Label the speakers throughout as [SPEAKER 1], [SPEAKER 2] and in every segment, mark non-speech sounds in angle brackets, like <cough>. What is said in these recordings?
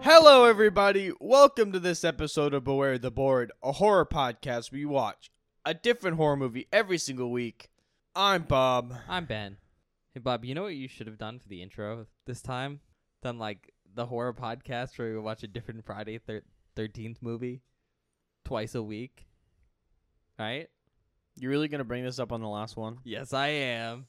[SPEAKER 1] Hello, everybody. Welcome to this episode of Beware the Board, a horror podcast where you watch a different horror movie every single week. I'm Bob.
[SPEAKER 2] I'm Ben. Hey Bob, you know what you should have done for the intro this time? Done like the horror podcast where we watch a different Friday Thirteenth movie twice a week, right?
[SPEAKER 1] You really gonna bring this up on the last one?
[SPEAKER 2] Yes, I am.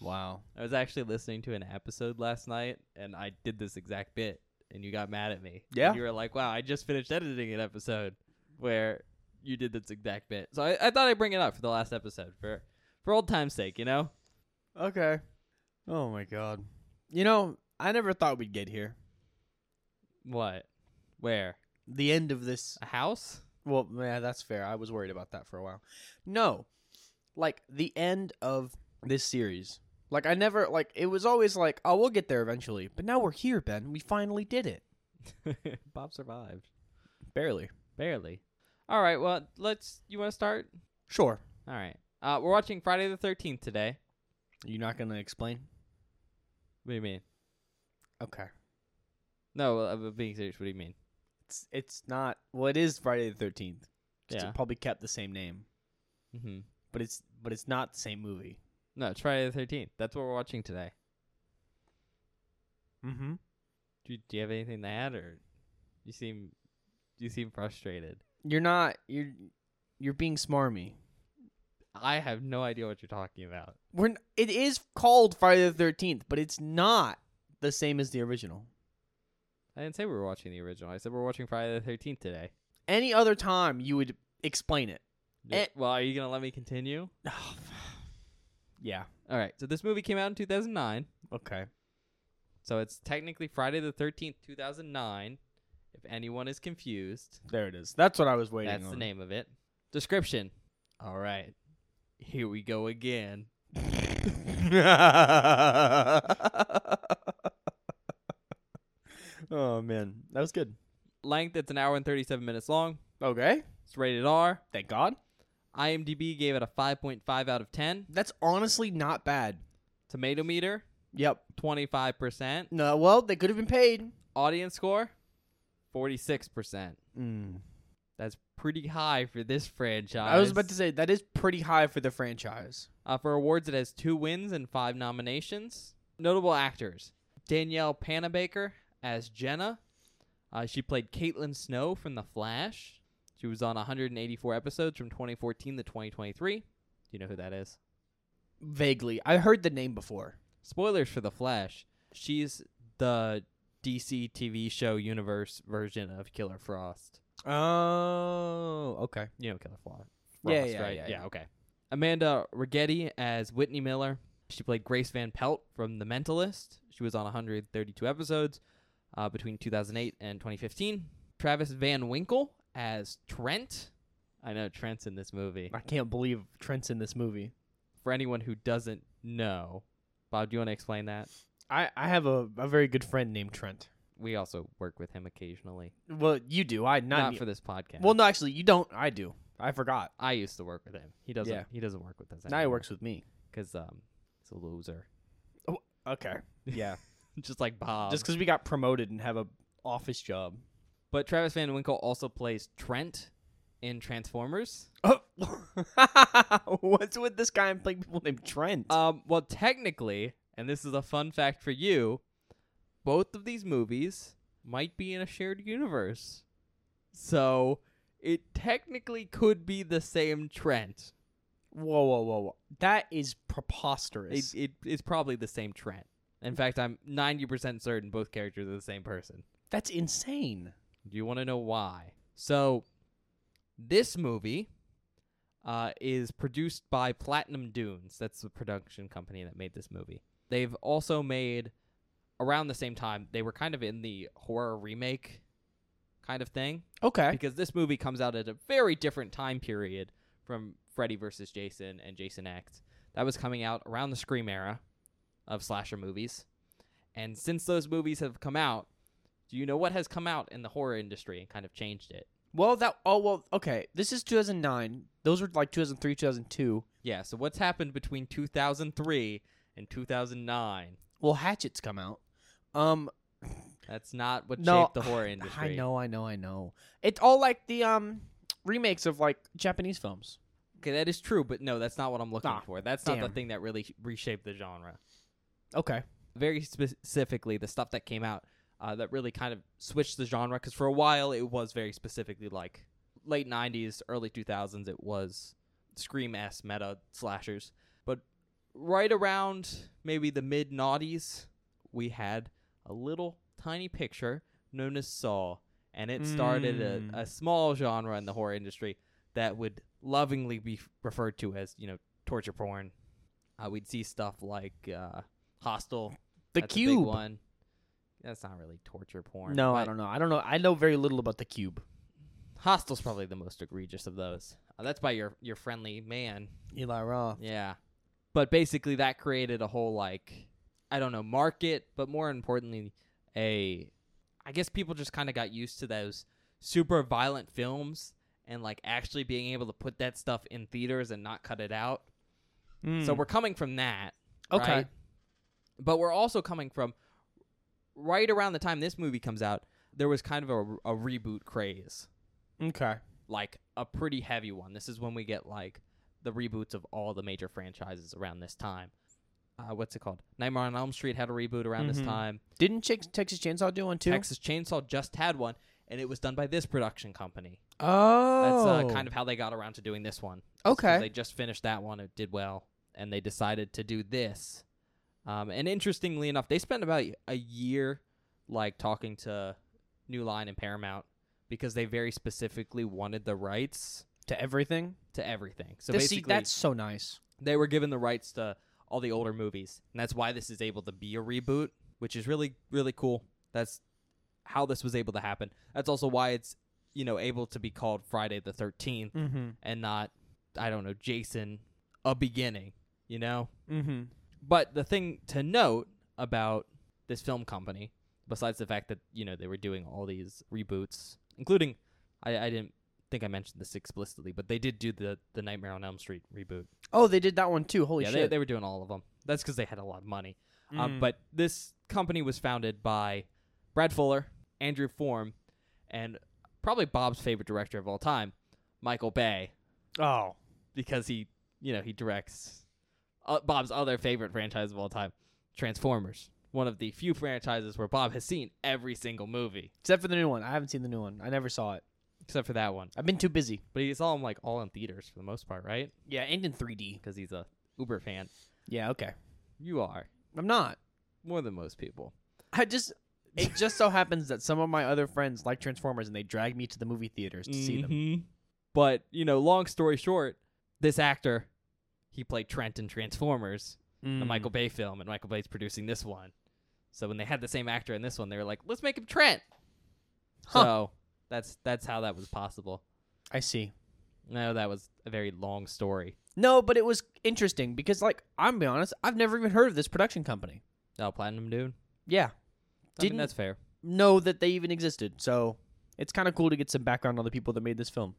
[SPEAKER 1] Wow.
[SPEAKER 2] I was actually listening to an episode last night, and I did this exact bit, and you got mad at me. And
[SPEAKER 1] Yeah.
[SPEAKER 2] you were like, "Wow, I just finished editing an episode where you did this exact bit." So I, I thought I'd bring it up for the last episode for for old time's sake, you know?
[SPEAKER 1] Okay. Oh my god. You know, I never thought we'd get here.
[SPEAKER 2] What? Where?
[SPEAKER 1] The end of this.
[SPEAKER 2] A house?
[SPEAKER 1] Well, yeah, that's fair. I was worried about that for a while. No, like the end of this series. Like I never like it was always like, oh, we'll get there eventually. But now we're here, Ben. We finally did it.
[SPEAKER 2] <laughs> Bob survived.
[SPEAKER 1] Barely.
[SPEAKER 2] Barely. All right, well, let's you want to start?
[SPEAKER 1] Sure.
[SPEAKER 2] All right. Uh we're watching Friday the 13th today.
[SPEAKER 1] You're not gonna explain?
[SPEAKER 2] What do you mean?
[SPEAKER 1] Okay.
[SPEAKER 2] No, uh, but being serious, what do you mean?
[SPEAKER 1] It's it's not well it is Friday the thirteenth.
[SPEAKER 2] Yeah.
[SPEAKER 1] It probably kept the same name.
[SPEAKER 2] Mhm.
[SPEAKER 1] But it's but it's not the same movie.
[SPEAKER 2] No, it's Friday the 13th. That's what we're watching today.
[SPEAKER 1] Mm-hmm.
[SPEAKER 2] Do you, do you have anything to add or you seem you seem frustrated?
[SPEAKER 1] You're not you're you're being smarmy.
[SPEAKER 2] I have no idea what you're talking about.
[SPEAKER 1] We're n- it is called Friday the thirteenth, but it's not the same as the original.
[SPEAKER 2] I didn't say we were watching the original. I said we're watching Friday the 13th today.
[SPEAKER 1] Any other time you would explain it. Eh.
[SPEAKER 2] well, are you going to let me continue?
[SPEAKER 1] <sighs> yeah.
[SPEAKER 2] All right. So this movie came out in 2009.
[SPEAKER 1] Okay.
[SPEAKER 2] So it's technically Friday the 13th, 2009. If anyone is confused,
[SPEAKER 1] There it is. That's what I was waiting
[SPEAKER 2] that's
[SPEAKER 1] on.
[SPEAKER 2] the name of it. Description. All right. Here we go again.
[SPEAKER 1] <laughs> oh man, that was good.
[SPEAKER 2] Length, it's an hour and 37 minutes long.
[SPEAKER 1] Okay.
[SPEAKER 2] It's rated R.
[SPEAKER 1] Thank God.
[SPEAKER 2] IMDb gave it a 5.5 out of 10.
[SPEAKER 1] That's honestly not bad.
[SPEAKER 2] Tomato meter,
[SPEAKER 1] Yep.
[SPEAKER 2] 25%.
[SPEAKER 1] No, well, they could have been paid.
[SPEAKER 2] Audience score, 46%.
[SPEAKER 1] Mm.
[SPEAKER 2] That's pretty high for this franchise.
[SPEAKER 1] I was about to say that is pretty high for the franchise.
[SPEAKER 2] Uh, for awards, it has two wins and five nominations. Notable actors Danielle Panabaker as Jenna. Uh, she played Caitlin Snow from The Flash. She was on 184 episodes from 2014 to 2023. Do you know who that is?
[SPEAKER 1] Vaguely, I heard the name before.
[SPEAKER 2] Spoilers for The Flash. She's the DC TV show universe version of Killer Frost.
[SPEAKER 1] Oh, okay.
[SPEAKER 2] You know Killer Frost,
[SPEAKER 1] Yeah,
[SPEAKER 2] Frost,
[SPEAKER 1] yeah,
[SPEAKER 2] right?
[SPEAKER 1] yeah, yeah.
[SPEAKER 2] okay. Amanda Rigetti as Whitney Miller. She played Grace Van Pelt from The Mentalist. She was on 132 episodes uh, between 2008 and 2015. Travis Van Winkle as Trent. I know Trent's in this movie.
[SPEAKER 1] I can't believe Trent's in this movie.
[SPEAKER 2] For anyone who doesn't know, Bob, do you want to explain that?
[SPEAKER 1] I I have a, a very good friend named Trent.
[SPEAKER 2] We also work with him occasionally.
[SPEAKER 1] Well, you do. I not,
[SPEAKER 2] Not,
[SPEAKER 1] me-
[SPEAKER 2] for this podcast.
[SPEAKER 1] Well, no, actually, you don't. I do. I forgot.
[SPEAKER 2] I used to work with him. He doesn't.
[SPEAKER 1] Yeah.
[SPEAKER 2] He doesn't work with us.
[SPEAKER 1] Now he works with me.
[SPEAKER 2] because um, he's a loser, <laughs>
[SPEAKER 1] Okay. Yeah.
[SPEAKER 2] just like
[SPEAKER 1] <laughs>
[SPEAKER 2] Bob.
[SPEAKER 1] Just because we got promoted and have a office job.
[SPEAKER 2] But Travis Van Winkle also plays Trent in Transformers.
[SPEAKER 1] Oh. What's with this guy and playing people named Trent?
[SPEAKER 2] Um, well, technically, and this is a fun fact for you, both of these movies might be in a shared universe. So it technically could be the same Trent.
[SPEAKER 1] whoa, whoa, whoa, whoa! That is
[SPEAKER 2] It,
[SPEAKER 1] preposterous.
[SPEAKER 2] it, it's probably the same Trent. In fact, I'm 90% certain both characters are the same person.
[SPEAKER 1] That's insane.
[SPEAKER 2] Do you want to know why? So, this movie uh, is produced by Platinum Dunes. That's the production company that made this movie. They've also made, around the same time, they were kind of in the horror remake kind of thing
[SPEAKER 1] Okay.
[SPEAKER 2] because this movie comes out at a very different time period from Freddy versus Jason and Jason X. That was coming out around the Scream era of slasher movies. And since those movies have come out, do you know what has come out in the horror industry and kind of changed it?
[SPEAKER 1] Well, that. Oh, well. Okay. This is 2009. Those were like 2003, 2002.
[SPEAKER 2] Yeah, so what's happened between 2003 and 2009?
[SPEAKER 1] Well, Hatchet's come out. Um,
[SPEAKER 2] That's not what
[SPEAKER 1] No,
[SPEAKER 2] shaped the horror
[SPEAKER 1] <sighs>
[SPEAKER 2] industry.
[SPEAKER 1] I know, I know, I know. It's all like the um remakes of like Japanese films.
[SPEAKER 2] Okay, that is true, but no, that's not what I'm looking
[SPEAKER 1] Ah,
[SPEAKER 2] for. That's not the
[SPEAKER 1] damn.
[SPEAKER 2] thing that really reshaped the genre.
[SPEAKER 1] Okay.
[SPEAKER 2] Very specifically, the stuff that came out uh, that really kind of switched the genre. Because for a while, it was very specifically like late '90s, early 2000s. It was scream s meta slashers. But right around maybe the mid noughties, we had a little tiny picture known as Saw, and it started
[SPEAKER 1] Mm.
[SPEAKER 2] a, a small genre in the horror industry that would lovingly be f- referred to as you know torture porn. Uh, we'd see stuff like uh, Hostel,
[SPEAKER 1] The
[SPEAKER 2] that's a big
[SPEAKER 1] Cube.
[SPEAKER 2] one. That's not really torture porn.
[SPEAKER 1] No,
[SPEAKER 2] but
[SPEAKER 1] I don't know. I don't know. I know very little about the cube.
[SPEAKER 2] Hostel's probably the most egregious of those. Uh, that's by your your friendly man.
[SPEAKER 1] Eli Roth.
[SPEAKER 2] Yeah. But basically that created a whole like I don't know, market, but more importantly a I guess people just kind of got used to those super violent films and like actually being able to put that stuff in theaters and not cut it out. So we're coming from that.
[SPEAKER 1] Hmm. Okay.
[SPEAKER 2] right? But we're also coming from right around the time this movie comes out, there was kind of a, a reboot craze
[SPEAKER 1] okay.
[SPEAKER 2] like a pretty heavy one. This is when we get like the reboots of all the major franchises around this time. Uh, what's it called? Nightmare on Elm Street had a reboot around
[SPEAKER 1] Mhm.
[SPEAKER 2] this time.
[SPEAKER 1] Didn't Ch- Texas Chainsaw do one too?
[SPEAKER 2] Texas Chainsaw just had one, and it was done by this production company.
[SPEAKER 1] oh,
[SPEAKER 2] That's uh, kind of how they got around to doing this one. It's 'cause
[SPEAKER 1] Okay.
[SPEAKER 2] They just finished that one. It did well, and they decided to do this. Um, and interestingly enough, they spent about a year like talking to New Line and Paramount because they very specifically wanted the rights
[SPEAKER 1] to everything.
[SPEAKER 2] to everything. So
[SPEAKER 1] To see,
[SPEAKER 2] basically,
[SPEAKER 1] that's so nice.
[SPEAKER 2] they were given the rights to all the older movies, and that's why this is able to be a reboot, which is really really cool. That's how this was able to happen. That's also why it's you know able to be called Friday the Thirteenth
[SPEAKER 1] Mm-hmm.
[SPEAKER 2] and not I don't know Jason a beginning, you know.
[SPEAKER 1] Mm-hmm.
[SPEAKER 2] But the thing to note about this film company, besides the fact that you know they were doing all these reboots, including I, I didn't think I mentioned this explicitly, but they did do the the Nightmare on Elm Street reboot.
[SPEAKER 1] Oh, they did that one too. Holy
[SPEAKER 2] yeah, they,
[SPEAKER 1] shit!
[SPEAKER 2] they were doing all of them. That's because they had a lot of money. Uh,
[SPEAKER 1] Mm.
[SPEAKER 2] but this company was founded by Brad Fuller, Andrew Form, and probably Bob's favorite director of all time, Michael Bay,
[SPEAKER 1] oh,
[SPEAKER 2] because he you know he directs uh, Bob's other favorite franchise of all time, Transformers. One of the few franchises where Bob has seen every single movie
[SPEAKER 1] except for the new one. I haven't seen the new one. I never saw it.
[SPEAKER 2] except for that one.
[SPEAKER 1] I've been too busy.
[SPEAKER 2] But he saw them like all in theaters for the most part, right?
[SPEAKER 1] Yeah, and in 3D.
[SPEAKER 2] Because he's a Uber fan.
[SPEAKER 1] Yeah, okay.
[SPEAKER 2] You are
[SPEAKER 1] I'm not.
[SPEAKER 2] more than most people.
[SPEAKER 1] I just. It just so happens that some of my other friends like Transformers, and they drag me to the movie theaters to see them.
[SPEAKER 2] Mhm. But you know, long story short, this actor, he played Trent in Transformers,
[SPEAKER 1] Mm-hmm. Mm.
[SPEAKER 2] the
[SPEAKER 1] Hmm.
[SPEAKER 2] Michael Bay film, and Michael Bay's producing this one. So when they had the same actor in this one, they were like, "Let's make him Trent."
[SPEAKER 1] Huh.
[SPEAKER 2] So that's that's how that was possible.
[SPEAKER 1] I see.
[SPEAKER 2] No, that was a very long story.
[SPEAKER 1] No, but it was interesting because, like, I'm be honest, I've never even heard of this production company.
[SPEAKER 2] Oh, Platinum Dune.
[SPEAKER 1] Yeah,
[SPEAKER 2] I mean,
[SPEAKER 1] Didn't-
[SPEAKER 2] that's fair.
[SPEAKER 1] know that they even existed. So it's kind of cool to get some background on the people that made this film.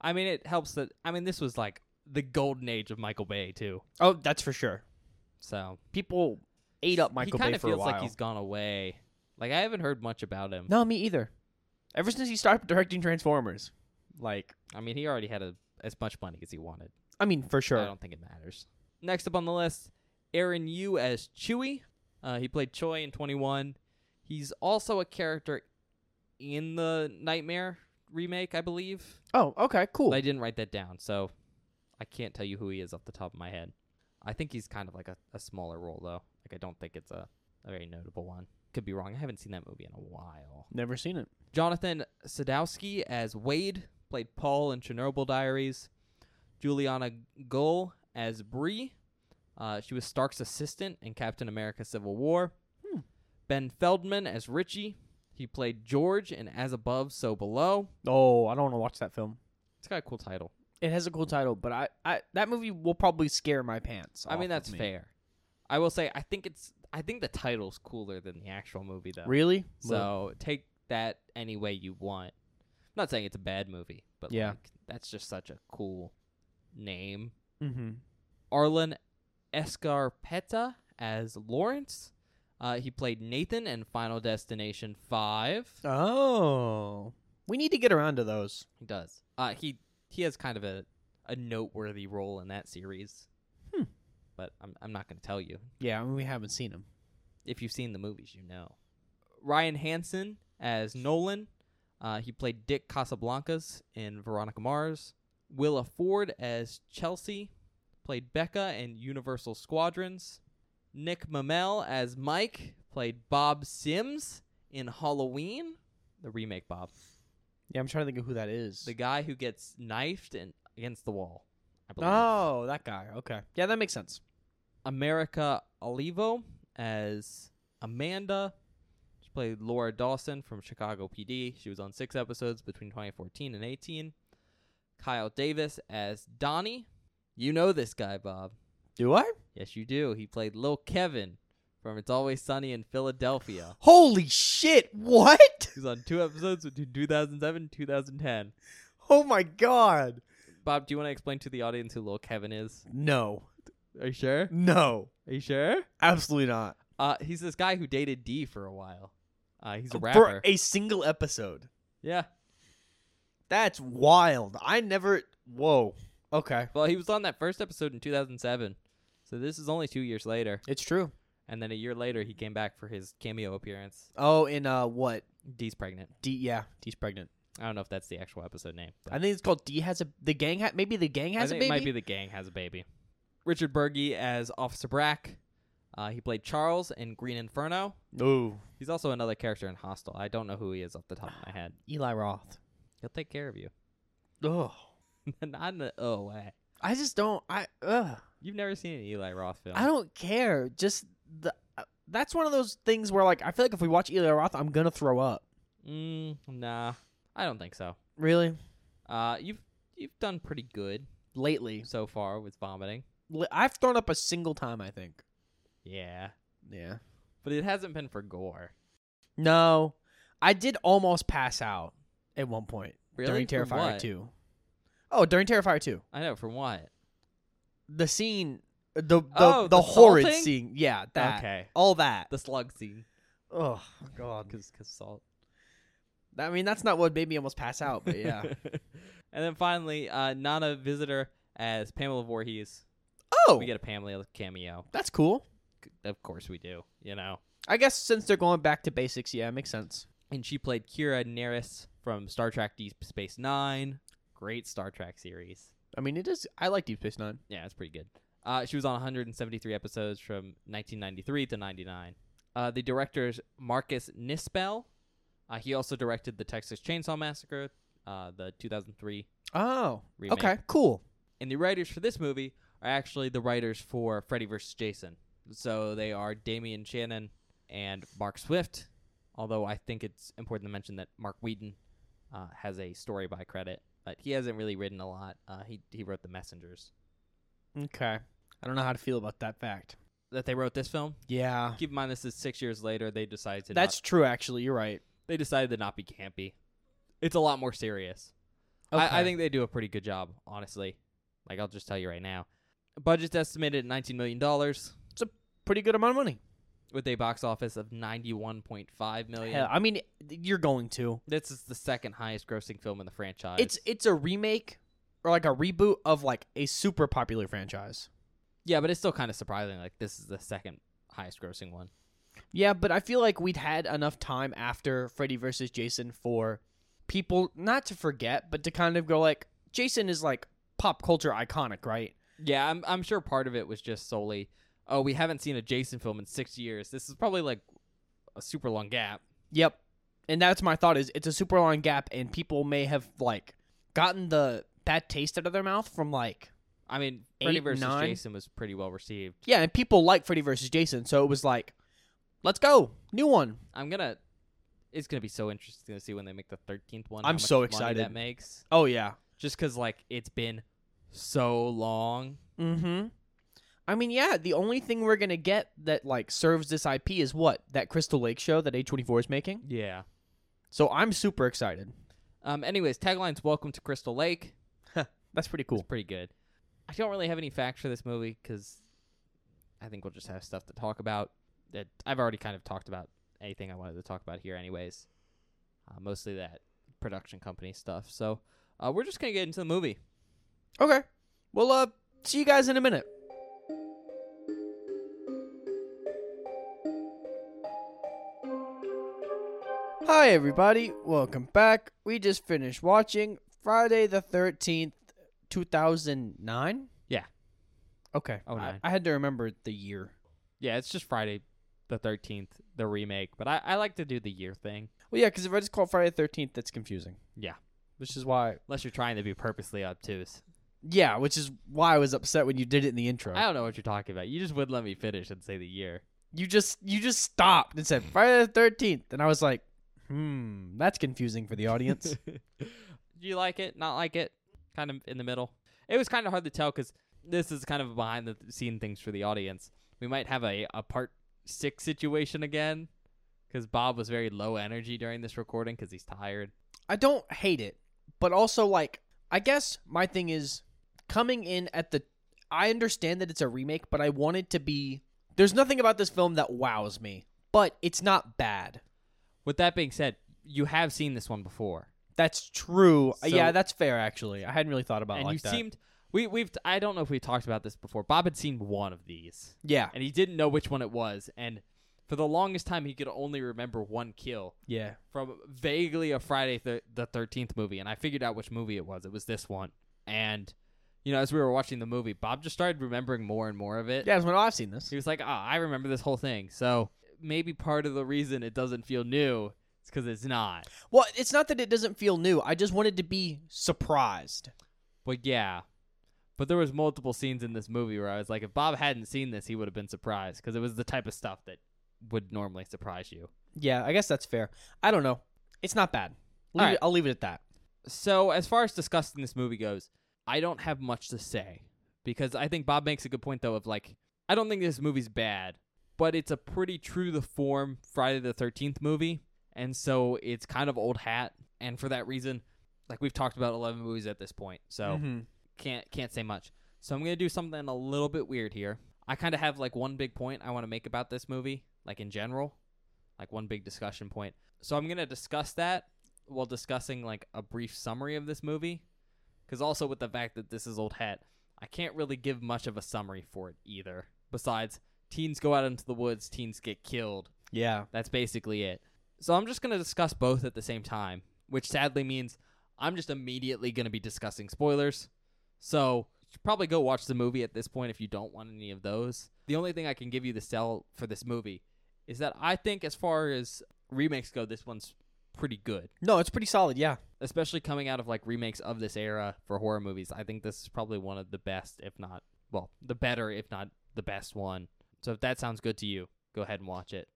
[SPEAKER 2] I mean, it helps that. I mean, this was like the golden age of Michael Bay too.
[SPEAKER 1] Oh, that's for sure.
[SPEAKER 2] So
[SPEAKER 1] People ate up Michael
[SPEAKER 2] he
[SPEAKER 1] Bay
[SPEAKER 2] kinda
[SPEAKER 1] for
[SPEAKER 2] feels
[SPEAKER 1] a while.
[SPEAKER 2] like he's gone away. Like I haven't heard much about him.
[SPEAKER 1] No, me either. Ever since he started directing Transformers, like,
[SPEAKER 2] I mean, he already had a, as much money as he wanted.
[SPEAKER 1] I mean, for
[SPEAKER 2] I
[SPEAKER 1] sure.
[SPEAKER 2] don't think it matters. Next up on the list, Aaron Yu as Chewy. Uh, he played Choi in 21. He's also a character in the Nightmare remake, I believe.
[SPEAKER 1] Oh, okay, cool.
[SPEAKER 2] But I didn't write that down, so I can't tell you who he is off the top of my head. I think he's kind of like a, a smaller role, though. Like, I don't think it's a, a very notable one. Could be wrong. I haven't seen that movie in a while.
[SPEAKER 1] Never seen it.
[SPEAKER 2] Jonathan Sadowski as Wade played Paul in Chernobyl Diaries. Juliana Gull as Bree. Uh, she was Stark's assistant in Captain America: Civil War.
[SPEAKER 1] Hmm.
[SPEAKER 2] Ben Feldman as Richie. He played George in As Above, So Below.
[SPEAKER 1] Oh, I don't want to watch that film.
[SPEAKER 2] It's got a cool title.
[SPEAKER 1] It has a cool title, but I, I that movie will probably scare my pants.
[SPEAKER 2] I
[SPEAKER 1] off
[SPEAKER 2] mean,
[SPEAKER 1] of
[SPEAKER 2] that's
[SPEAKER 1] me.
[SPEAKER 2] fair. I will say, I think it's, I think the title's cooler than the actual movie, though.
[SPEAKER 1] Really? Well,
[SPEAKER 2] So take that any way you want. I'm not saying it's a bad movie, but
[SPEAKER 1] Yeah.
[SPEAKER 2] like that's just such a cool name.
[SPEAKER 1] mhm.
[SPEAKER 2] Arlen Escarpeta as Lawrence. Uh, he played Nathan in Final Destination 5.
[SPEAKER 1] Oh, we need to get around to those.
[SPEAKER 2] He does. Uh, he he has kind of a, a noteworthy role in that series.
[SPEAKER 1] Hmm.
[SPEAKER 2] But I'm I'm not going to tell you.
[SPEAKER 1] Yeah, I mean, we haven't seen them.
[SPEAKER 2] If you've seen the movies, you know. Ryan Hansen as Nolan. Uh, he played Dick Casablancas in Veronica Mars. Willa Ford as Chelsea. Played Becca in Universal Squadrons. Nick Mamel as Mike. Played Bob Sims in Halloween, the remake Bob.
[SPEAKER 1] Yeah, I'm trying to think of who that is.
[SPEAKER 2] The guy who gets knifed and against the wall, I believe.
[SPEAKER 1] oh, that guy. Okay, yeah, that makes sense.
[SPEAKER 2] America Olivo as Amanda. She played Laura Dawson from Chicago PD. She was on six episodes between 2014 and 18. Kyle Davis as Donnie. You know this guy, Bob.
[SPEAKER 1] Do I?
[SPEAKER 2] Yes, you do. He played Lil Kevin from It's Always Sunny in Philadelphia.
[SPEAKER 1] Holy shit! What? <laughs>
[SPEAKER 2] He was on two episodes between 2007 and 2010.
[SPEAKER 1] Oh my god!
[SPEAKER 2] Bob, do you want to explain to the audience who Lil Kevin is?
[SPEAKER 1] No,
[SPEAKER 2] Are you sure?
[SPEAKER 1] no,
[SPEAKER 2] Are you sure?
[SPEAKER 1] absolutely not.
[SPEAKER 2] Uh, he's this guy who dated D for a while. Uh, he's
[SPEAKER 1] For
[SPEAKER 2] a rapper.
[SPEAKER 1] a single episode.
[SPEAKER 2] yeah.
[SPEAKER 1] That's wild. I never. Whoa. Okay,
[SPEAKER 2] Well, he was on that first episode in 2007. So this is only two years later.
[SPEAKER 1] it's true.
[SPEAKER 2] And then a year later, he came back for his cameo appearance.
[SPEAKER 1] Oh, in uh, what?
[SPEAKER 2] D's pregnant.
[SPEAKER 1] D. Yeah, D's pregnant.
[SPEAKER 2] I don't know if that's the actual episode name. But
[SPEAKER 1] I think it's called D has a. The gang ha- Maybe the gang
[SPEAKER 2] I
[SPEAKER 1] has
[SPEAKER 2] think
[SPEAKER 1] a baby.
[SPEAKER 2] it might be the gang has a baby. Richard Berge as Officer Brack. Uh, he played Charles in Green Inferno.
[SPEAKER 1] Ooh,
[SPEAKER 2] He's also another character in Hostel. I don't know who he is off the top of my head.
[SPEAKER 1] Eli Roth.
[SPEAKER 2] He'll take care of you. <laughs>
[SPEAKER 1] Ugh.
[SPEAKER 2] Not in the oh way.
[SPEAKER 1] I just don't. I. Ugh.
[SPEAKER 2] You've never seen an Eli Roth film.
[SPEAKER 1] I don't care. Just the. uh, That's one of those things where, like, I feel like if we watch Eli Roth, I'm gonna throw up.
[SPEAKER 2] Mm, nah, I don't think so.
[SPEAKER 1] Really?
[SPEAKER 2] Uh, you've you've done pretty good
[SPEAKER 1] Lately,
[SPEAKER 2] so far with vomiting.
[SPEAKER 1] Li- I've thrown up a single time. I think.
[SPEAKER 2] Yeah,
[SPEAKER 1] Yeah.
[SPEAKER 2] but it hasn't been for gore.
[SPEAKER 1] No, I did almost pass out at one point
[SPEAKER 2] Really?
[SPEAKER 1] during
[SPEAKER 2] From
[SPEAKER 1] Terrifier
[SPEAKER 2] what?
[SPEAKER 1] two. Oh, during Terrifier two,
[SPEAKER 2] I know from what.
[SPEAKER 1] the scene, the the,
[SPEAKER 2] Oh,
[SPEAKER 1] the,
[SPEAKER 2] the
[SPEAKER 1] horrid
[SPEAKER 2] salting?
[SPEAKER 1] scene. Yeah, that.
[SPEAKER 2] Okay,
[SPEAKER 1] All that.
[SPEAKER 2] the slug scene.
[SPEAKER 1] oh God.
[SPEAKER 2] Cause, 'cause salt.
[SPEAKER 1] I mean, that's not what made me almost pass out, but
[SPEAKER 2] <laughs>
[SPEAKER 1] yeah.
[SPEAKER 2] and then finally, uh, Nana visitor as Pamela Voorhees.
[SPEAKER 1] oh,
[SPEAKER 2] We get a Pamela cameo.
[SPEAKER 1] that's cool.
[SPEAKER 2] C- Of course we do. You know.
[SPEAKER 1] I guess since they're going back to basics, yeah, it makes sense.
[SPEAKER 2] And she played Kira Nerys from Star Trek Deep Space Nine. Great Star Trek series.
[SPEAKER 1] I mean, it is. I like Deep Space Nine.
[SPEAKER 2] Yeah, it's pretty good. Uh, she was on 173 episodes from 1993 to 99. Uh, the director is Marcus Nispel. Uh, he also directed the Texas Chainsaw Massacre, uh, the 2003
[SPEAKER 1] Oh,
[SPEAKER 2] remake.
[SPEAKER 1] okay, cool.
[SPEAKER 2] And the writers for this movie are actually the writers for Freddy vs. Jason. So they are Damian Shannon and Mark Swift. Although I think it's important to mention that Mark Whedon uh, has a story by credit, but he hasn't really written a lot. Uh, he he wrote The Messengers.
[SPEAKER 1] Okay, I don't know how to feel about that fact.
[SPEAKER 2] That they wrote this film.
[SPEAKER 1] Yeah,
[SPEAKER 2] Keep in mind, this is six years later. They decided to
[SPEAKER 1] that's
[SPEAKER 2] not,
[SPEAKER 1] true. Actually, you're right.
[SPEAKER 2] they decided to not be campy. It's a lot more serious.
[SPEAKER 1] Okay.
[SPEAKER 2] I, I think they do a pretty good job, honestly. Like I'll just tell you right now, budget's estimated at nineteen million dollars
[SPEAKER 1] pretty good amount of money.
[SPEAKER 2] with a box office of ninety one point five million.
[SPEAKER 1] Hell, I mean, you're going to.
[SPEAKER 2] This is the second highest grossing film in the franchise.
[SPEAKER 1] It's it's a remake or like a reboot of like a super popular franchise.
[SPEAKER 2] yeah, but it's still kind of surprising. Like this is the second highest grossing one.
[SPEAKER 1] Yeah, but I feel like we'd had enough time after Freddy versus Jason for people not to forget, but to kind of go like Jason is like pop culture iconic, right?
[SPEAKER 2] Yeah, I'm I'm sure part of it was just solely, oh, we haven't seen a Jason film in six years. This is probably like a super long gap.
[SPEAKER 1] Yep. And that's my thought is it's a super long gap and people may have like gotten the bad taste out of their mouth from like
[SPEAKER 2] I mean, Freddy
[SPEAKER 1] Eight,
[SPEAKER 2] vs.
[SPEAKER 1] nine?
[SPEAKER 2] Jason was pretty well received.
[SPEAKER 1] yeah, and people like Freddy versus Jason, so it was like let's go, new one.
[SPEAKER 2] I'm gonna. It's gonna be so interesting to see when they make the thirteenth one. how
[SPEAKER 1] I'm
[SPEAKER 2] much
[SPEAKER 1] so
[SPEAKER 2] money That
[SPEAKER 1] excited.
[SPEAKER 2] makes
[SPEAKER 1] Oh yeah.
[SPEAKER 2] just because like it's been so long.
[SPEAKER 1] Mm-hmm. I mean, yeah, the only thing we're gonna get that like serves this IP is what? That Crystal Lake show that A twenty four is making.
[SPEAKER 2] Yeah.
[SPEAKER 1] So I'm super excited.
[SPEAKER 2] Um. Anyways, tagline's "Welcome to Crystal Lake."
[SPEAKER 1] That's pretty
[SPEAKER 2] It's
[SPEAKER 1] cool.
[SPEAKER 2] pretty good. I don't really have any facts for this movie because I think we'll just have stuff to talk about. that I've already kind of talked about anything I wanted to talk about here, anyways. Uh, mostly that production company stuff. So uh, we're just gonna get into the movie.
[SPEAKER 1] Okay. Well, uh, see you guys in a minute. Hi, everybody. Welcome back. We just finished watching Friday the 13th, 2009?
[SPEAKER 2] Yeah.
[SPEAKER 1] Okay.
[SPEAKER 2] Oh,
[SPEAKER 1] I-
[SPEAKER 2] nine.
[SPEAKER 1] I, had to remember the year.
[SPEAKER 2] Yeah, it's just Friday the thirteenth, the remake. But I, I like to do the year thing.
[SPEAKER 1] Well, yeah, because if I just call it Friday the 13th, that's confusing.
[SPEAKER 2] Yeah.
[SPEAKER 1] Which is why.
[SPEAKER 2] Unless you're trying to be purposely obtuse.
[SPEAKER 1] Yeah, which is why I was upset when you did it in the intro.
[SPEAKER 2] I don't know what you're talking about. You just wouldn't let me finish and say the year.
[SPEAKER 1] you just you just stopped and
[SPEAKER 2] Hmm.
[SPEAKER 1] said Friday the Thirteenth, and I was like, hmm, that's confusing for the
[SPEAKER 2] <laughs>
[SPEAKER 1] audience.
[SPEAKER 2] Do you like it? Not like it? Kind of in the middle. It was kind of hard to tell because this is kind of behind the scene things for the audience. We might have a, a part six situation again because Bob was very low energy during this recording because he's tired.
[SPEAKER 1] I don't hate it, but also like I guess my thing is coming in at the. I understand that it's a remake, but I want it to be. There's nothing about this film that wows me, but it's not bad.
[SPEAKER 2] With that being said, you have seen this one before,
[SPEAKER 1] That's true.
[SPEAKER 2] So-
[SPEAKER 1] yeah, that's fair. Actually, I hadn't really thought about it
[SPEAKER 2] and
[SPEAKER 1] like
[SPEAKER 2] you
[SPEAKER 1] that.
[SPEAKER 2] seemed we we've I don't know if we talked about this before. Bob had seen one of these.
[SPEAKER 1] yeah,
[SPEAKER 2] and he didn't know which one it was. And for the longest time, he could only remember one kill
[SPEAKER 1] yeah.
[SPEAKER 2] from vaguely a Friday th- the Thirteenth movie. And I figured out which movie it was. It was this one. And you know, as we were watching the movie, Bob just started remembering more and more of it.
[SPEAKER 1] Yeah, that's when I've seen this.
[SPEAKER 2] He was like, "Ah, I remember this whole thing." So maybe part of the reason it doesn't feel new is because it's not.
[SPEAKER 1] Well, it's not that it doesn't feel new. I just wanted to be surprised.
[SPEAKER 2] But yeah. But there was multiple scenes in this movie where I was like, if Bob hadn't seen this, he would have been surprised because it was the type of stuff that would normally surprise you.
[SPEAKER 1] Yeah, I guess that's fair. I don't know. It's not bad. Leave
[SPEAKER 2] Alright.
[SPEAKER 1] it, I'll leave it at that.
[SPEAKER 2] so as far as discussing this movie goes, I don't have much to say because I think Bob makes a good point though of like I don't think this movie's bad, but it's a pretty true to form Friday the 13th movie, and so it's kind of old hat, and for that reason, like we've talked about 11 movies at this point. So
[SPEAKER 1] Mm-hmm.
[SPEAKER 2] can't can't say much. So I'm gonna do something a little bit weird here. I kind of have like one big point I want to make about this movie, like in general, like one big discussion point. So I'm gonna discuss that while discussing like a brief summary of this movie, because also with the fact that this is old hat, I can't really give much of a summary for it either. Besides, teens go out into the woods, teens get killed.
[SPEAKER 1] Yeah.
[SPEAKER 2] That's basically it. So I'm just going to discuss both at the same time, which sadly means I'm just immediately going to be discussing spoilers. So you should probably go watch the movie at this point if you don't want any of those. The only thing I can give you the sell for this movie is that I think as far as remakes go, this one's pretty good.
[SPEAKER 1] No, it's pretty solid. Yeah.
[SPEAKER 2] Especially coming out of like remakes of this era for horror movies, I think this is probably one of the best, if not, well, the better, if not the best one. So if that sounds good to you, go ahead and watch it.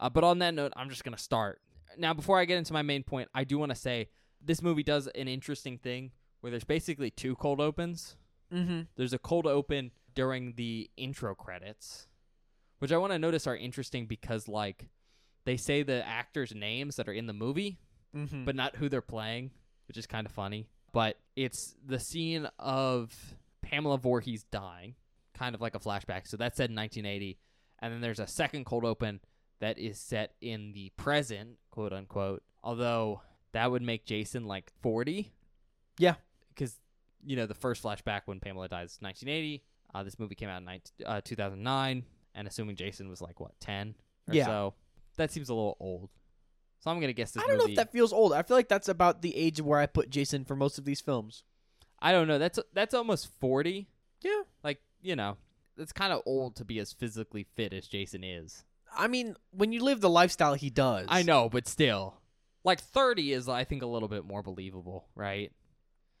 [SPEAKER 2] Uh, but on that note, I'm just going to start. Now, before I get into my main point, I do want to say this movie does an interesting thing where there's basically two cold opens.
[SPEAKER 1] Mm-hmm.
[SPEAKER 2] There's a cold open during the intro credits, which I want to notice are interesting because, like, they say the actors' names that are in the movie,
[SPEAKER 1] Mm-hmm.
[SPEAKER 2] but not who they're playing, which is kind of funny. But it's the scene of Pamela Voorhees dying, kind of like a flashback. So that's set in 1980. And then there's a second cold open that is set in the present, quote unquote. Although that would make Jason like 40.
[SPEAKER 1] Yeah.
[SPEAKER 2] Because, you know, the first flashback when Pamela dies is 1980. Uh, this movie came out in 19, uh, 2009. And assuming Jason was like, what, 10 or
[SPEAKER 1] Yeah.
[SPEAKER 2] so? That seems a little old. So I'm going to guess this
[SPEAKER 1] I don't know
[SPEAKER 2] movie.
[SPEAKER 1] if that feels old. I feel like that's about the age where I put Jason for most of these films.
[SPEAKER 2] I don't know. That's that's almost forty.
[SPEAKER 1] Yeah.
[SPEAKER 2] Like you know, it's kind of old to be as physically fit as Jason is.
[SPEAKER 1] I mean, when you live the lifestyle he does.
[SPEAKER 2] I know, but still, like thirty is I think a little bit more believable, right?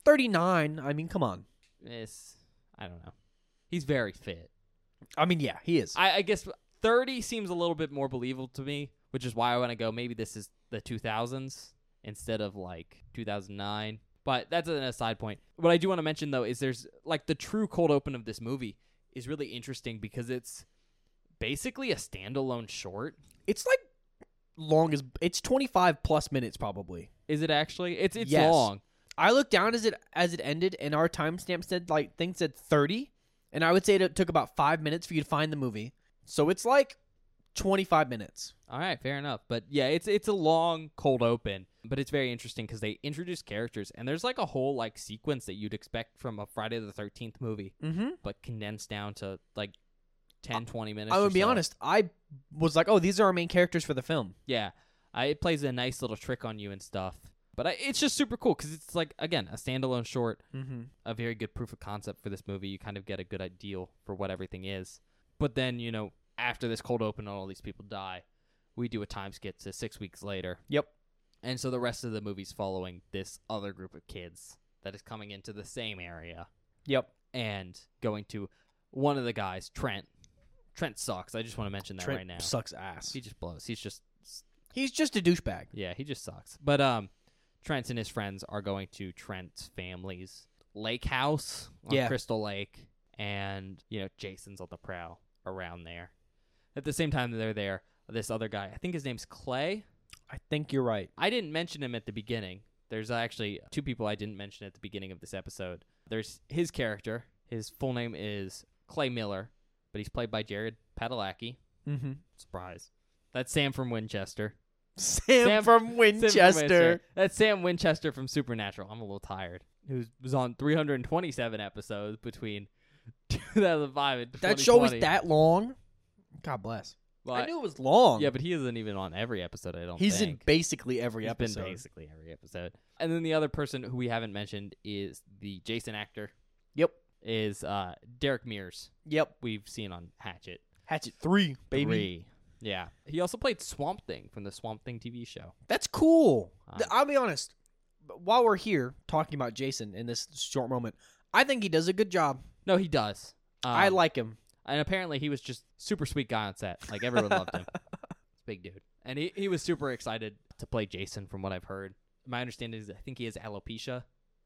[SPEAKER 1] 39. I mean, come on.
[SPEAKER 2] It's I don't know. He's very fit.
[SPEAKER 1] I mean, yeah, he is.
[SPEAKER 2] I, I guess thirty seems a little bit more believable to me, which is why I want to go. Maybe this is the two thousands instead of like two thousand nine. But that's an aside point. What I do want to mention though is there's like the true cold open of this movie is really interesting because it's basically a standalone short.
[SPEAKER 1] it's like long as it's 25 plus minutes probably.
[SPEAKER 2] Is it actually? It's it's
[SPEAKER 1] Yes.
[SPEAKER 2] long.
[SPEAKER 1] I looked down as it as it ended and our timestamp said like thing said 30 and I would say it took about 5 minutes for you to find the movie. So it's like 25 minutes.
[SPEAKER 2] All right, fair enough. But yeah, it's it's a long cold open, but it's very interesting because they introduce characters and there's like a whole like sequence that you'd expect from a Friday the 13th movie,
[SPEAKER 1] Mm-hmm.
[SPEAKER 2] but condensed down to like 10 20 minutes.
[SPEAKER 1] I
[SPEAKER 2] or
[SPEAKER 1] would be
[SPEAKER 2] so.
[SPEAKER 1] honest. I was like, oh, these are our main characters for the film.
[SPEAKER 2] Yeah, I, it plays a nice little trick on you and stuff. But I, it's just super cool because it's like again a standalone short,
[SPEAKER 1] Mm-hmm.
[SPEAKER 2] a very good proof of concept for this movie. You kind of get a good idea for what everything is. But then you know after this cold open and all these people die, we do a time skip to six weeks later.
[SPEAKER 1] Yep.
[SPEAKER 2] And so the rest of the movie's following this other group of kids that is coming into the same area
[SPEAKER 1] Yep.
[SPEAKER 2] and going to one of the guys, Trent. Trent sucks. I just want to mention that
[SPEAKER 1] Trent
[SPEAKER 2] right now.
[SPEAKER 1] sucks ass.
[SPEAKER 2] He just blows. He's just
[SPEAKER 1] He's just a douchebag.
[SPEAKER 2] yeah, he just sucks. But um, Trent and his friends are going to Trent's family's lake house on
[SPEAKER 1] Yeah.
[SPEAKER 2] Crystal Lake, and you know Jason's on the prowl around there. At the same time that they're there, this other guy, I think his name's Clay.
[SPEAKER 1] I think you're right.
[SPEAKER 2] I didn't mention him at the beginning. There's actually two people I didn't mention at the beginning of this episode. There's his character. His full name is Clay Miller, but he's played by Jared Padalecki.
[SPEAKER 1] Mm-hmm.
[SPEAKER 2] Surprise. That's Sam from Winchester.
[SPEAKER 1] Sam,
[SPEAKER 2] <laughs> Sam-
[SPEAKER 1] from
[SPEAKER 2] Sam from
[SPEAKER 1] Winchester.
[SPEAKER 2] That's Sam Winchester from Supernatural. I'm a little tired. Who was on 327 episodes between <laughs> 2005 and
[SPEAKER 1] That show is
[SPEAKER 2] 2020.
[SPEAKER 1] that long. God bless.
[SPEAKER 2] Well,
[SPEAKER 1] I knew it was long.
[SPEAKER 2] Yeah, but he isn't even on every episode. I don't.
[SPEAKER 1] he's
[SPEAKER 2] think.
[SPEAKER 1] in basically every
[SPEAKER 2] He's
[SPEAKER 1] episode.
[SPEAKER 2] Been basically every episode. And then the other person who we haven't mentioned is the Jason actor.
[SPEAKER 1] Yep.
[SPEAKER 2] Is uh Derek Mears.
[SPEAKER 1] Yep.
[SPEAKER 2] We've seen on Hatchet.
[SPEAKER 1] Hatchet three, baby.
[SPEAKER 2] Three. Yeah. He also played Swamp Thing from the Swamp Thing TV show.
[SPEAKER 1] That's cool.
[SPEAKER 2] Uh,
[SPEAKER 1] Th- I'll be honest. b- While we're here talking about Jason in this short moment, I think he does a good job.
[SPEAKER 2] No, he does. Um,
[SPEAKER 1] I like him.
[SPEAKER 2] and apparently he was just super sweet guy on set. Like everyone
[SPEAKER 1] <laughs>
[SPEAKER 2] loved him. Big dude. And he, he was super excited to play Jason from what I've heard. My understanding is I think he has alopecia.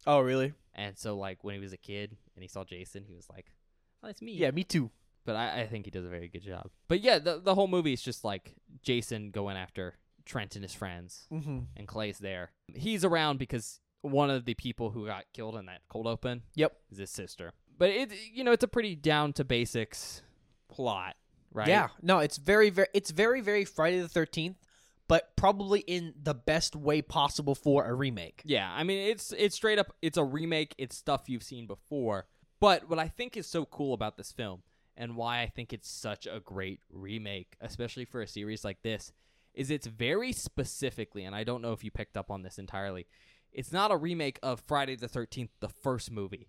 [SPEAKER 1] Oh, really?
[SPEAKER 2] And so like when he was a kid and he saw Jason, he was like, Oh, that's me.
[SPEAKER 1] Yeah, me too.
[SPEAKER 2] but I, I think he does a very good job. But yeah, the the whole movie is just like Jason going after Trent and his friends,
[SPEAKER 1] Mm-hmm.
[SPEAKER 2] and Clay's there. He's around because one of the people who got killed in that cold open,
[SPEAKER 1] Yep.
[SPEAKER 2] is his sister. But it you know it's a pretty down to basics plot, right?
[SPEAKER 1] Yeah. No, it's very, very, it's very, very Friday the Thirteenth, but probably in the best way possible for a remake.
[SPEAKER 2] yeah. I mean it's it's straight up it's a remake. It's stuff you've seen before. But what I think is so cool about this film and why I think it's such a great remake, especially for a series like this, is it's very specifically, and I don't know if you picked up on this entirely. It's not a remake of Friday the 13th, the first movie.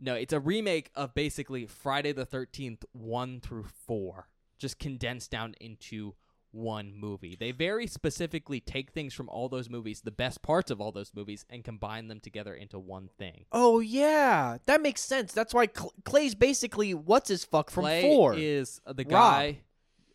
[SPEAKER 2] No, it's a remake of basically Friday the 13th 1 through 4, just condensed down into one movie. They very specifically take things from all those movies, the best parts of all those movies, and combine them together into one thing.
[SPEAKER 1] Oh yeah, that makes sense. That's why Cl- Clay's basically what's his fuck from
[SPEAKER 2] Clay
[SPEAKER 1] four.
[SPEAKER 2] is the
[SPEAKER 1] Rob.
[SPEAKER 2] guy,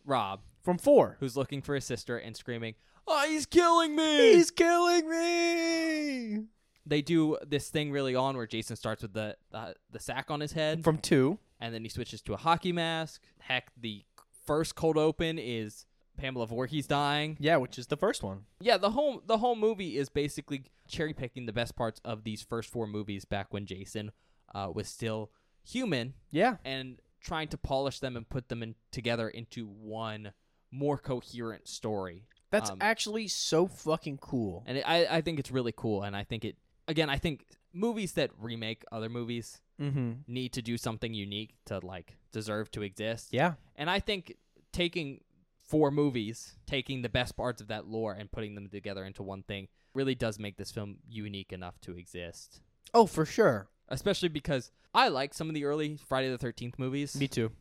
[SPEAKER 2] Rob,
[SPEAKER 1] from four.
[SPEAKER 2] who's looking for his sister and screaming, Oh, he's killing me!
[SPEAKER 1] He's killing me.
[SPEAKER 2] they do this thing really on where Jason starts with the uh, the sack on his head,
[SPEAKER 1] From two.
[SPEAKER 2] and then he switches to a hockey mask. Heck, the first cold open is Pamela Voorhees dying.
[SPEAKER 1] Yeah, which is the first one.
[SPEAKER 2] Yeah, the whole the whole movie is basically cherry picking the best parts of these first four movies back when Jason uh, was still human
[SPEAKER 1] Yeah.
[SPEAKER 2] and trying to polish them and put them in together into one more coherent story.
[SPEAKER 1] That's
[SPEAKER 2] Um,
[SPEAKER 1] actually so fucking cool.
[SPEAKER 2] And it, I I think it's really cool, and I think it again I think movies that remake other movies
[SPEAKER 1] Mm-hmm.
[SPEAKER 2] need to do something unique to like deserve to exist.
[SPEAKER 1] Yeah.
[SPEAKER 2] And I think taking four movies, taking the best parts of that lore and putting them together into one thing really does make this film unique enough to exist.
[SPEAKER 1] Oh, for sure.
[SPEAKER 2] Especially because I like some of the early Friday the 13th movies.
[SPEAKER 1] too.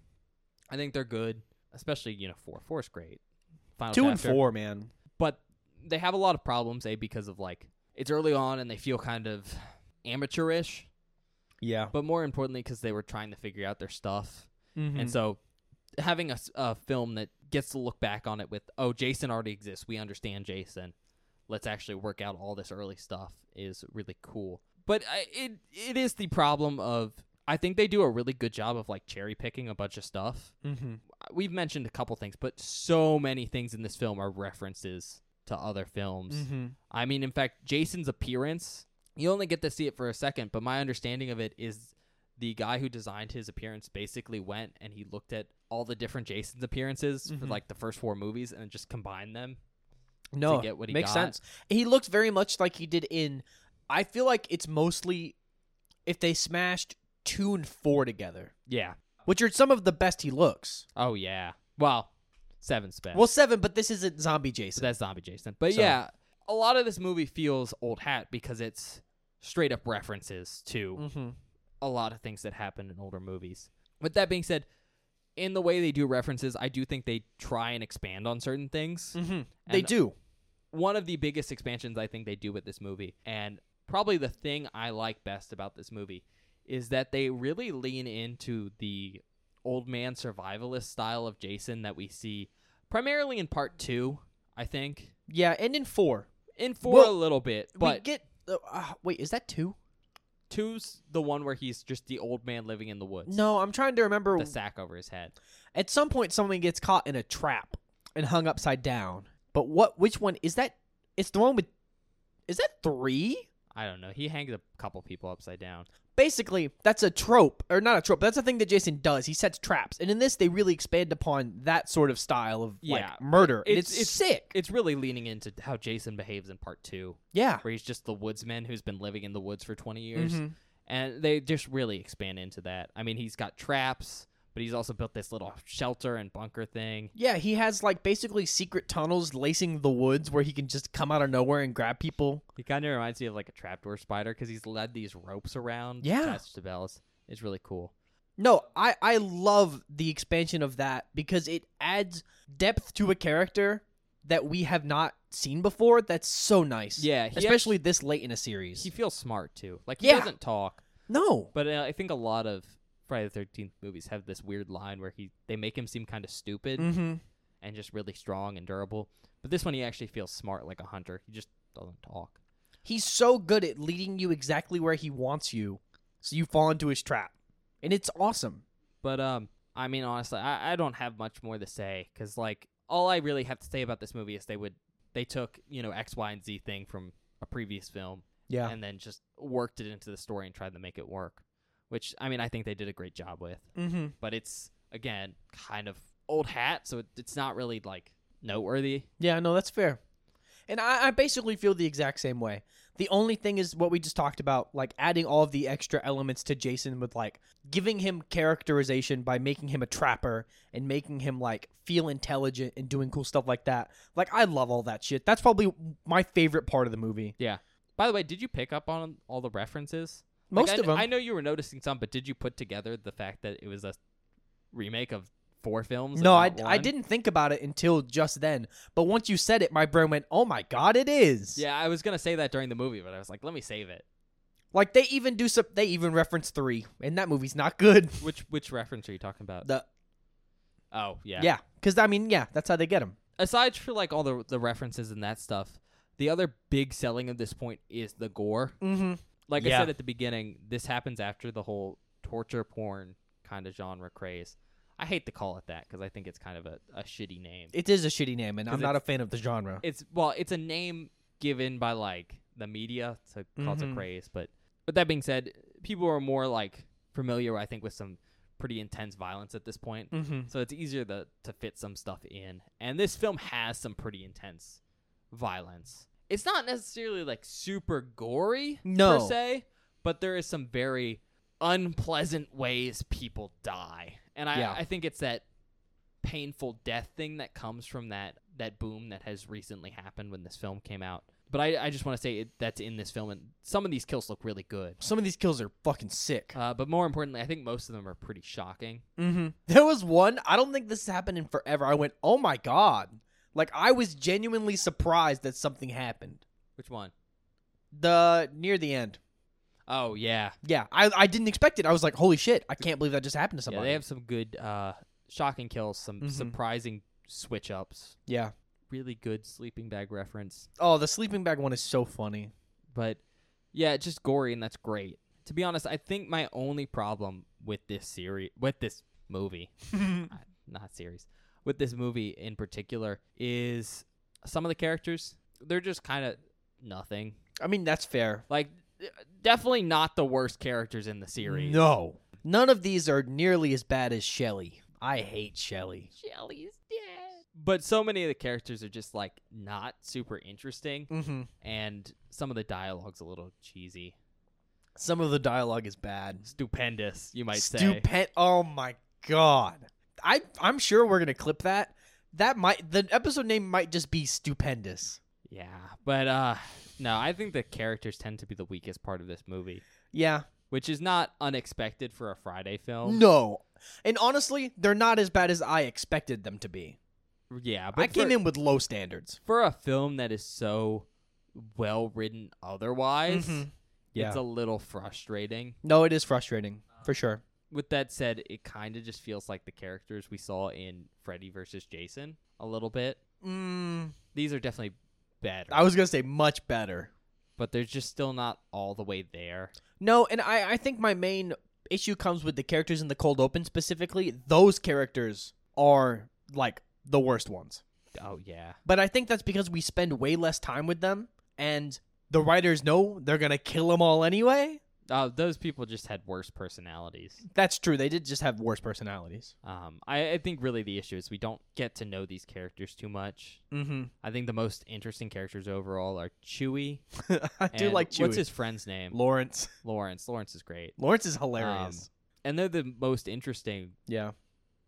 [SPEAKER 2] I think they're good, especially, you know, 4. 4 is great. Final
[SPEAKER 1] Two and
[SPEAKER 2] chapter.
[SPEAKER 1] four, man.
[SPEAKER 2] But they have a lot of problems, A, because of like it's early on and they feel kind of amateurish,
[SPEAKER 1] Yeah.
[SPEAKER 2] but more importantly because they were trying to figure out their stuff
[SPEAKER 1] Mm-hmm.
[SPEAKER 2] And so having a, s- a film that gets to look back on it with, oh, Jason already exists. We understand Jason. Let's actually work out all this early stuff is really cool. But I, it it is the problem of I think they do a really good job of like cherry picking a bunch of stuff.
[SPEAKER 1] mm-hmm.
[SPEAKER 2] We've mentioned a couple things, but so many things in this film are references to other films.
[SPEAKER 1] Mm-hmm.
[SPEAKER 2] I mean, in fact, Jason's appearance, you only get to see it for a second, but my understanding of it is the guy who designed his appearance basically went and he looked at all the different Jason's appearances for
[SPEAKER 1] Mhm.
[SPEAKER 2] like the first four movies and just combined them.
[SPEAKER 1] no,
[SPEAKER 2] get what he
[SPEAKER 1] makes
[SPEAKER 2] got.
[SPEAKER 1] sense. He looked very much like he did in. I feel like it's mostly if they smashed two and four together,
[SPEAKER 2] Yeah.
[SPEAKER 1] which are some of the best he looks.
[SPEAKER 2] Oh yeah. Well, seven spin.
[SPEAKER 1] Well, seven, but this isn't zombie
[SPEAKER 2] so
[SPEAKER 1] Jason.
[SPEAKER 2] that's zombie Jason. But
[SPEAKER 1] So-
[SPEAKER 2] yeah, a lot of this movie feels old hat because it's straight up references to
[SPEAKER 1] mm-hmm.
[SPEAKER 2] a lot of things that happen in older movies. With that being said, in the way they do references, I do think they try and expand on certain things.
[SPEAKER 1] Mm-hmm. They
[SPEAKER 2] And-
[SPEAKER 1] do. Mm-hmm.
[SPEAKER 2] One of the biggest expansions I think they do with this movie, and probably the thing I like best about this movie, is that they really lean into the old man survivalist style of Jason that we see primarily in part two, I think.
[SPEAKER 1] Yeah, and in four,
[SPEAKER 2] In four
[SPEAKER 1] Well,
[SPEAKER 2] a little bit,
[SPEAKER 1] we
[SPEAKER 2] but
[SPEAKER 1] get. Uh, uh, wait, is that two?
[SPEAKER 2] two's the one where he's just the old man living in the woods.
[SPEAKER 1] No, I'm trying to remember.
[SPEAKER 2] The sack over his head.
[SPEAKER 1] At some point, someone gets caught in a trap and hung upside down. But what? Which one is that? It's the one with. Is that three?
[SPEAKER 2] I don't know. He hangs a couple people upside down.
[SPEAKER 1] basically that's a trope or not a trope but that's a thing that jason does he sets traps and in this they really expand upon that sort of style of
[SPEAKER 2] Yeah.
[SPEAKER 1] like murder and
[SPEAKER 2] It's-
[SPEAKER 1] it's,
[SPEAKER 2] it's-
[SPEAKER 1] sick
[SPEAKER 2] It's really leaning into how Jason behaves in part two,
[SPEAKER 1] yeah
[SPEAKER 2] where he's just the woodsman who's been living in the woods for 20 years.
[SPEAKER 1] Mhm.
[SPEAKER 2] And they just really expand into that. I mean, he's got traps, but he's also built this little shelter and bunker thing.
[SPEAKER 1] yeah he has like basically secret tunnels lacing the woods where he can just come out of nowhere and grab people
[SPEAKER 2] He kind of reminds me of like a trapdoor spider because he's led these ropes around.
[SPEAKER 1] Yeah.
[SPEAKER 2] attached to bells. It's really cool.
[SPEAKER 1] no i i love the expansion of that because it adds depth to a character that we have not seen before that's so nice
[SPEAKER 2] Yeah, he
[SPEAKER 1] especially this late in a series
[SPEAKER 2] He feels smart too. Like, he
[SPEAKER 1] Yeah.
[SPEAKER 2] doesn't talk,
[SPEAKER 1] no
[SPEAKER 2] but uh, I think a lot of Friday the 13th movies have this weird line where he they make him seem kind of stupid.
[SPEAKER 1] mm-hmm.
[SPEAKER 2] and just really strong and durable. But this one, he actually feels smart like a hunter. He just doesn't talk.
[SPEAKER 1] He's so good at leading you exactly where he wants you, so you fall into his trap, and it's awesome.
[SPEAKER 2] But um, I mean, honestly, I, I don't have much more to say because like all I really have to say about this movie is they would they took you know X, Y, and Z thing from a previous film
[SPEAKER 1] Yeah,
[SPEAKER 2] and then just worked it into the story and tried to make it work. Which I mean, I think they did a great job with.
[SPEAKER 1] mm-hmm.
[SPEAKER 2] But it's again kind of old hat, so it, it's not really like noteworthy.
[SPEAKER 1] yeah, no, that's fair. And I, I basically feel the exact same way. The only thing is what we just talked about, like adding all of the extra elements to Jason with like giving him characterization by making him a trapper and making him like feel intelligent and doing cool stuff like that. Like I love all that shit. That's probably my favorite part of the movie.
[SPEAKER 2] By the way, did you pick up on all the references? Like,
[SPEAKER 1] Most
[SPEAKER 2] I,
[SPEAKER 1] of them.
[SPEAKER 2] I know you were noticing some, but did you put together the fact that it was a remake of four films? and
[SPEAKER 1] No, I,
[SPEAKER 2] not
[SPEAKER 1] I
[SPEAKER 2] one?
[SPEAKER 1] didn't think about it until just then. But once you said it, my brain went, oh my God, it is.
[SPEAKER 2] Yeah, I was gonna say that during the movie, but I was like, let me save it.
[SPEAKER 1] Like they even do some, they even reference three, and that movie's not good. <laughs>
[SPEAKER 2] Which which reference are you talking about?
[SPEAKER 1] The,
[SPEAKER 2] oh yeah,
[SPEAKER 1] yeah. Because, I mean, yeah, that's how they get him.
[SPEAKER 2] Aside for like all the the references and that stuff, the other big selling of this point is the gore.
[SPEAKER 1] Mm-hmm.
[SPEAKER 2] Like I
[SPEAKER 1] Yeah.
[SPEAKER 2] said at the beginning, this happens after the whole torture porn kind of genre craze. I hate to call it that because I think it's kind of a, a shitty name.
[SPEAKER 1] It is a shitty name, and
[SPEAKER 2] 'Cause
[SPEAKER 1] I'm not a fan of the genre.
[SPEAKER 2] it's well, it's a name given by like the media to cause a
[SPEAKER 1] Mhm.
[SPEAKER 2] craze, but but that being said, people are more like familiar, I think, with some pretty intense violence at this point,
[SPEAKER 1] mm-hmm.
[SPEAKER 2] so it's easier to to fit some stuff in. And this film has some pretty intense violence. It's not necessarily like super gory per
[SPEAKER 1] No.
[SPEAKER 2] se, but there is some very unpleasant ways people die, and I
[SPEAKER 1] Yeah.
[SPEAKER 2] I think it's that painful death thing that comes from that that boom that has recently happened when this film came out. But I, I just want to say it, that's in this film, and some of these kills look really good.
[SPEAKER 1] Some of these kills are fucking sick.
[SPEAKER 2] Uh, but more importantly, I think most of them are pretty shocking.
[SPEAKER 1] Mm-hmm. There was one, I don't think this has happened in forever. I went, oh my God. Like, I was genuinely surprised that something happened.
[SPEAKER 2] Which one?
[SPEAKER 1] The near the end.
[SPEAKER 2] Oh yeah,
[SPEAKER 1] Yeah, I, I didn't expect it. I was like, holy shit, I can't believe that just happened to somebody.
[SPEAKER 2] yeah. They have some good uh, shocking kills, some
[SPEAKER 1] Mhm.
[SPEAKER 2] surprising switch ups,
[SPEAKER 1] yeah.
[SPEAKER 2] really good sleeping bag reference.
[SPEAKER 1] Oh, the sleeping bag one is so funny.
[SPEAKER 2] But yeah, it's just gory and that's great. To be honest, I think my only problem with this series, with this
[SPEAKER 1] <laughs>
[SPEAKER 2] movie, I- not series, with this movie in particular is some of the characters. They're just kind of nothing.
[SPEAKER 1] I mean, that's fair.
[SPEAKER 2] Like, definitely not the worst characters in the series.
[SPEAKER 1] No. None of these are nearly as bad as Shelly. I hate Shelly.
[SPEAKER 2] Shelly's dead. But so many of the characters are just like not super interesting,
[SPEAKER 1] Mm-hmm.
[SPEAKER 2] and some of the dialogue's a little cheesy,
[SPEAKER 1] Some of the dialogue is bad.
[SPEAKER 2] stupendous, you might say.
[SPEAKER 1] Stupend. Oh my god. I I'm sure we're gonna clip that. That might the episode name might just be stupendous.
[SPEAKER 2] Yeah, but uh, no, I think the characters tend to be the weakest part of this movie,
[SPEAKER 1] Yeah.
[SPEAKER 2] which is not unexpected for a Friday film.
[SPEAKER 1] No. Oh. And honestly, they're not as bad as I expected them to be.
[SPEAKER 2] Yeah, but
[SPEAKER 1] I came
[SPEAKER 2] for,
[SPEAKER 1] in with low standards.
[SPEAKER 2] for a film that is so well written otherwise.
[SPEAKER 1] Mhm.
[SPEAKER 2] It's a little frustrating.
[SPEAKER 1] no, it is frustrating for sure.
[SPEAKER 2] With that said, it kind of just feels like the characters we saw in Freddy versus Jason a little bit.
[SPEAKER 1] Mm,
[SPEAKER 2] These are definitely better,
[SPEAKER 1] I was gonna say much better.
[SPEAKER 2] but they're just still not all the way there.
[SPEAKER 1] No, and I I think my main issue comes with the characters in the cold open specifically. Those characters are like the worst ones.
[SPEAKER 2] Oh yeah,
[SPEAKER 1] But I think that's because we spend way less time with them, and the writers know they're gonna kill them all anyway.
[SPEAKER 2] uh, those people just had worse personalities.
[SPEAKER 1] That's true. They did just have worse personalities.
[SPEAKER 2] Um, I, I think really the issue is we don't get to know these characters too much.
[SPEAKER 1] Mm-hmm.
[SPEAKER 2] I think the most interesting characters overall are Chewy.
[SPEAKER 1] <laughs> I do
[SPEAKER 2] and
[SPEAKER 1] like Chewie.
[SPEAKER 2] What's his friend's name?
[SPEAKER 1] Lawrence.
[SPEAKER 2] Lawrence. Um, Lawrence is great,
[SPEAKER 1] <laughs> Lawrence is hilarious.
[SPEAKER 2] and they're the most interesting
[SPEAKER 1] yeah.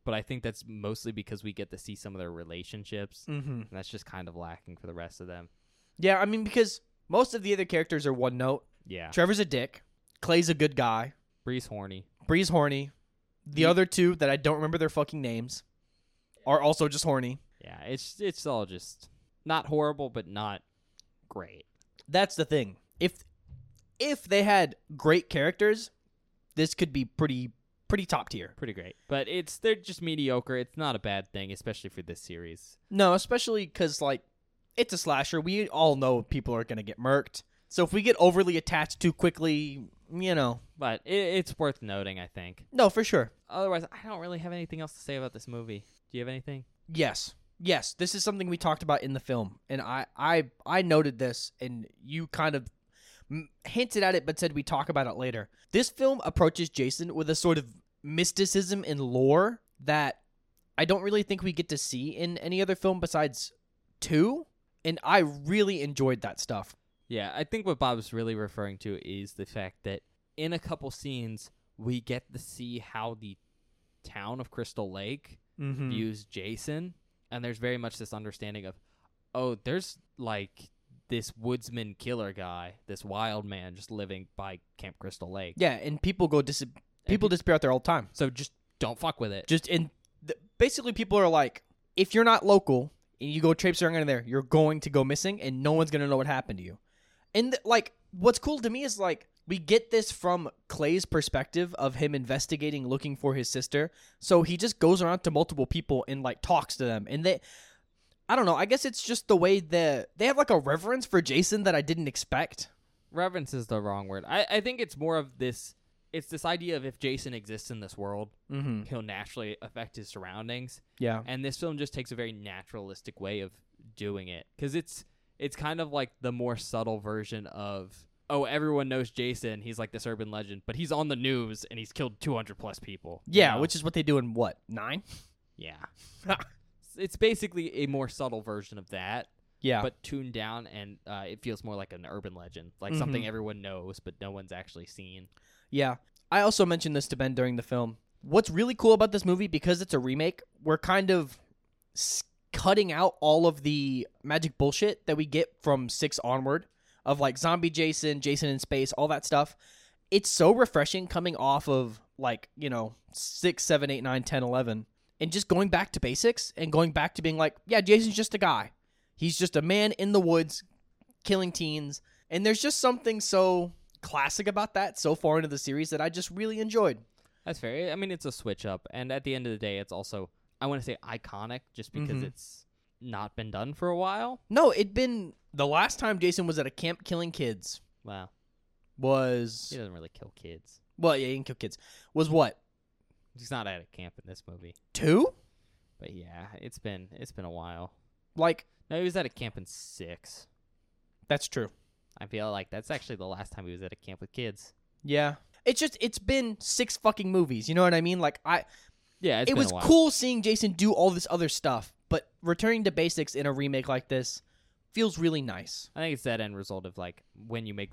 [SPEAKER 2] but I think that's mostly because we get to see some of their relationships,
[SPEAKER 1] Mm-hmm.
[SPEAKER 2] and that's just kind of lacking for the rest of them.
[SPEAKER 1] Yeah. I mean, because most of the other characters are one note.
[SPEAKER 2] Yeah,
[SPEAKER 1] Trevor's a dick. Clay's a good guy.
[SPEAKER 2] Bree's horny.
[SPEAKER 1] Bree's horny. The
[SPEAKER 2] Ye-
[SPEAKER 1] other two that I don't remember their fucking names are also just horny.
[SPEAKER 2] Yeah, it's it's all just not horrible, but not great.
[SPEAKER 1] That's the thing. If if they had great characters, this could be pretty pretty top tier.
[SPEAKER 2] Pretty great, but it's they're just mediocre. It's not a bad thing, especially for this series.
[SPEAKER 1] No, especially because like it's a slasher. We all know people are gonna get murked. So if we get overly attached too quickly, you know,
[SPEAKER 2] But it, it's worth noting, I think.
[SPEAKER 1] no, for sure.
[SPEAKER 2] Otherwise, I don't really have anything else to say about this movie. Do you have anything?
[SPEAKER 1] Yes, yes. This is something we talked about in the film, and I, I, I noted this, and you kind of m- hinted at it, but said we talk about it later. This film approaches Jason with a sort of mysticism and lore that I don't really think we get to see in any other film besides two, and I really enjoyed that stuff.
[SPEAKER 2] Yeah, I think what Bob's really referring to is the fact that in a couple scenes, we get to see how the town of Crystal Lake
[SPEAKER 1] Mm-hmm.
[SPEAKER 2] views Jason, and there's very much this understanding of, oh, there's like this woodsman killer guy, this wild man just living by Camp Crystal Lake.
[SPEAKER 1] Yeah, and people go dis- people
[SPEAKER 2] pe-
[SPEAKER 1] disappear out there all the time.
[SPEAKER 2] So just don't fuck with it.
[SPEAKER 1] Just in th- basically, people are like, if you're not local and you go traipsing around there, you're going to go missing, and no one's gonna know what happened to you. And th- like, what's cool to me is like we get this from Clay's perspective of him investigating, looking for his sister. So he just goes around to multiple people and like talks to them, and they. I don't know. I guess it's just the way that they have like a reverence for Jason that I didn't expect.
[SPEAKER 2] Reverence is the wrong word. I, I think it's more of this. It's this idea of if Jason exists in this world,
[SPEAKER 1] Mm-hmm.
[SPEAKER 2] he'll naturally affect his surroundings.
[SPEAKER 1] Yeah.
[SPEAKER 2] and this film just takes a very naturalistic way of doing it because it's it's kind of like the more subtle version of oh everyone knows jason he's like this urban legend but he's on the news and he's killed 200 plus people you
[SPEAKER 1] Yeah,
[SPEAKER 2] know?
[SPEAKER 1] which is what they do in what nine?
[SPEAKER 2] yeah
[SPEAKER 1] <laughs>
[SPEAKER 2] it's basically a more subtle version of that
[SPEAKER 1] Yeah,
[SPEAKER 2] but tuned down and uh, it feels more like an urban legend
[SPEAKER 1] Mm-hmm.
[SPEAKER 2] like something everyone knows but no one's actually seen
[SPEAKER 1] Yeah. I also mentioned this to Ben during the film. What's really cool about this movie, because it's a remake, we're kind of s- cutting out all of the magic bullshit that we get from six onward of like zombie Jason, Jason in space, all that stuff. It's so refreshing coming off of like, you know, six, seven, eight, nine, 10, 11, and just going back to basics and going back to being like, yeah, Jason's just a guy. He's just a man in the woods killing teens. And there's just something so classic about that so far into the series that I just really enjoyed.
[SPEAKER 2] that's fair i mean it's a switch up and at the end of the day it's also i want to say iconic just because
[SPEAKER 1] Mhm.
[SPEAKER 2] it's not been done for a while
[SPEAKER 1] No, it'd been the last time Jason was at a camp killing kids
[SPEAKER 2] wow
[SPEAKER 1] was
[SPEAKER 2] He doesn't really kill kids.
[SPEAKER 1] well, yeah, he didn't kill kids. Was what
[SPEAKER 2] He's not at a camp in this movie.
[SPEAKER 1] two?
[SPEAKER 2] But yeah, it's been it's been a while.
[SPEAKER 1] Like
[SPEAKER 2] No, he was at a camp in six.
[SPEAKER 1] that's true.
[SPEAKER 2] I feel like that's actually the last time he was at a camp with kids.
[SPEAKER 1] Yeah, It's just it's been six fucking movies. You know what I mean? Like I,
[SPEAKER 2] Yeah, it's
[SPEAKER 1] it
[SPEAKER 2] been a
[SPEAKER 1] was
[SPEAKER 2] while.
[SPEAKER 1] cool seeing Jason do all this other stuff, but returning to basics in a remake like this feels really nice.
[SPEAKER 2] I think it's that end result of like when you make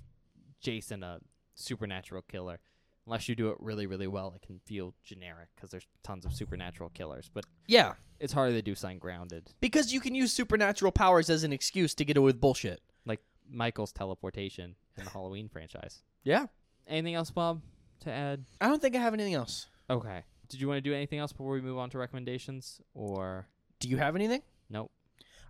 [SPEAKER 2] Jason a supernatural killer. Unless you do it really, really well, it can feel generic because there's tons of supernatural killers. But
[SPEAKER 1] Yeah,
[SPEAKER 2] it's harder to do something grounded,
[SPEAKER 1] because you can use supernatural powers as an excuse to get away with bullshit.
[SPEAKER 2] like Michael's teleportation in the Halloween franchise.
[SPEAKER 1] Yeah,
[SPEAKER 2] Anything else, Bob, to add?
[SPEAKER 1] I don't think I have anything else.
[SPEAKER 2] Okay. Did you want to do anything else before we move on to recommendations? Or
[SPEAKER 1] Do you have anything?
[SPEAKER 2] Nope.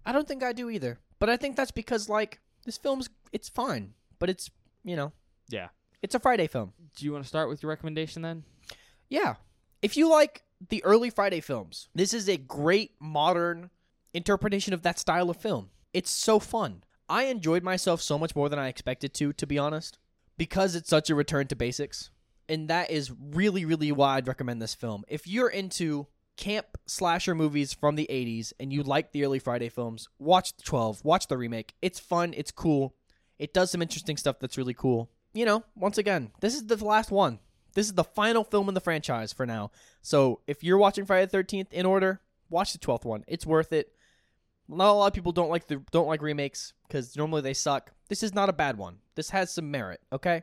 [SPEAKER 1] I don't think I do either. But I think that's because like this film's it's fine, but it's you know
[SPEAKER 2] yeah.
[SPEAKER 1] it's a Friday film.
[SPEAKER 2] Do you want to start with your recommendation then?
[SPEAKER 1] Yeah. If you like the early Friday films, this is a great modern interpretation of that style of film. It's so fun. I enjoyed myself so much more than I expected to, to be honest, because it's such a return to basics. And that is really, really why I'd recommend this film. If you're into camp slasher movies from the 80s and you like the early Friday films, watch 12, watch the remake. It's fun, it's cool. It does some interesting stuff that's really cool. You know, once again, this is the last one. This is the final film in the franchise for now. So if you're watching Friday the Thirteenth in order, watch the twelfth one. It's worth it. Not a lot of people don't like the don't like remakes because normally they suck. This is not a bad one. This has some merit. Okay,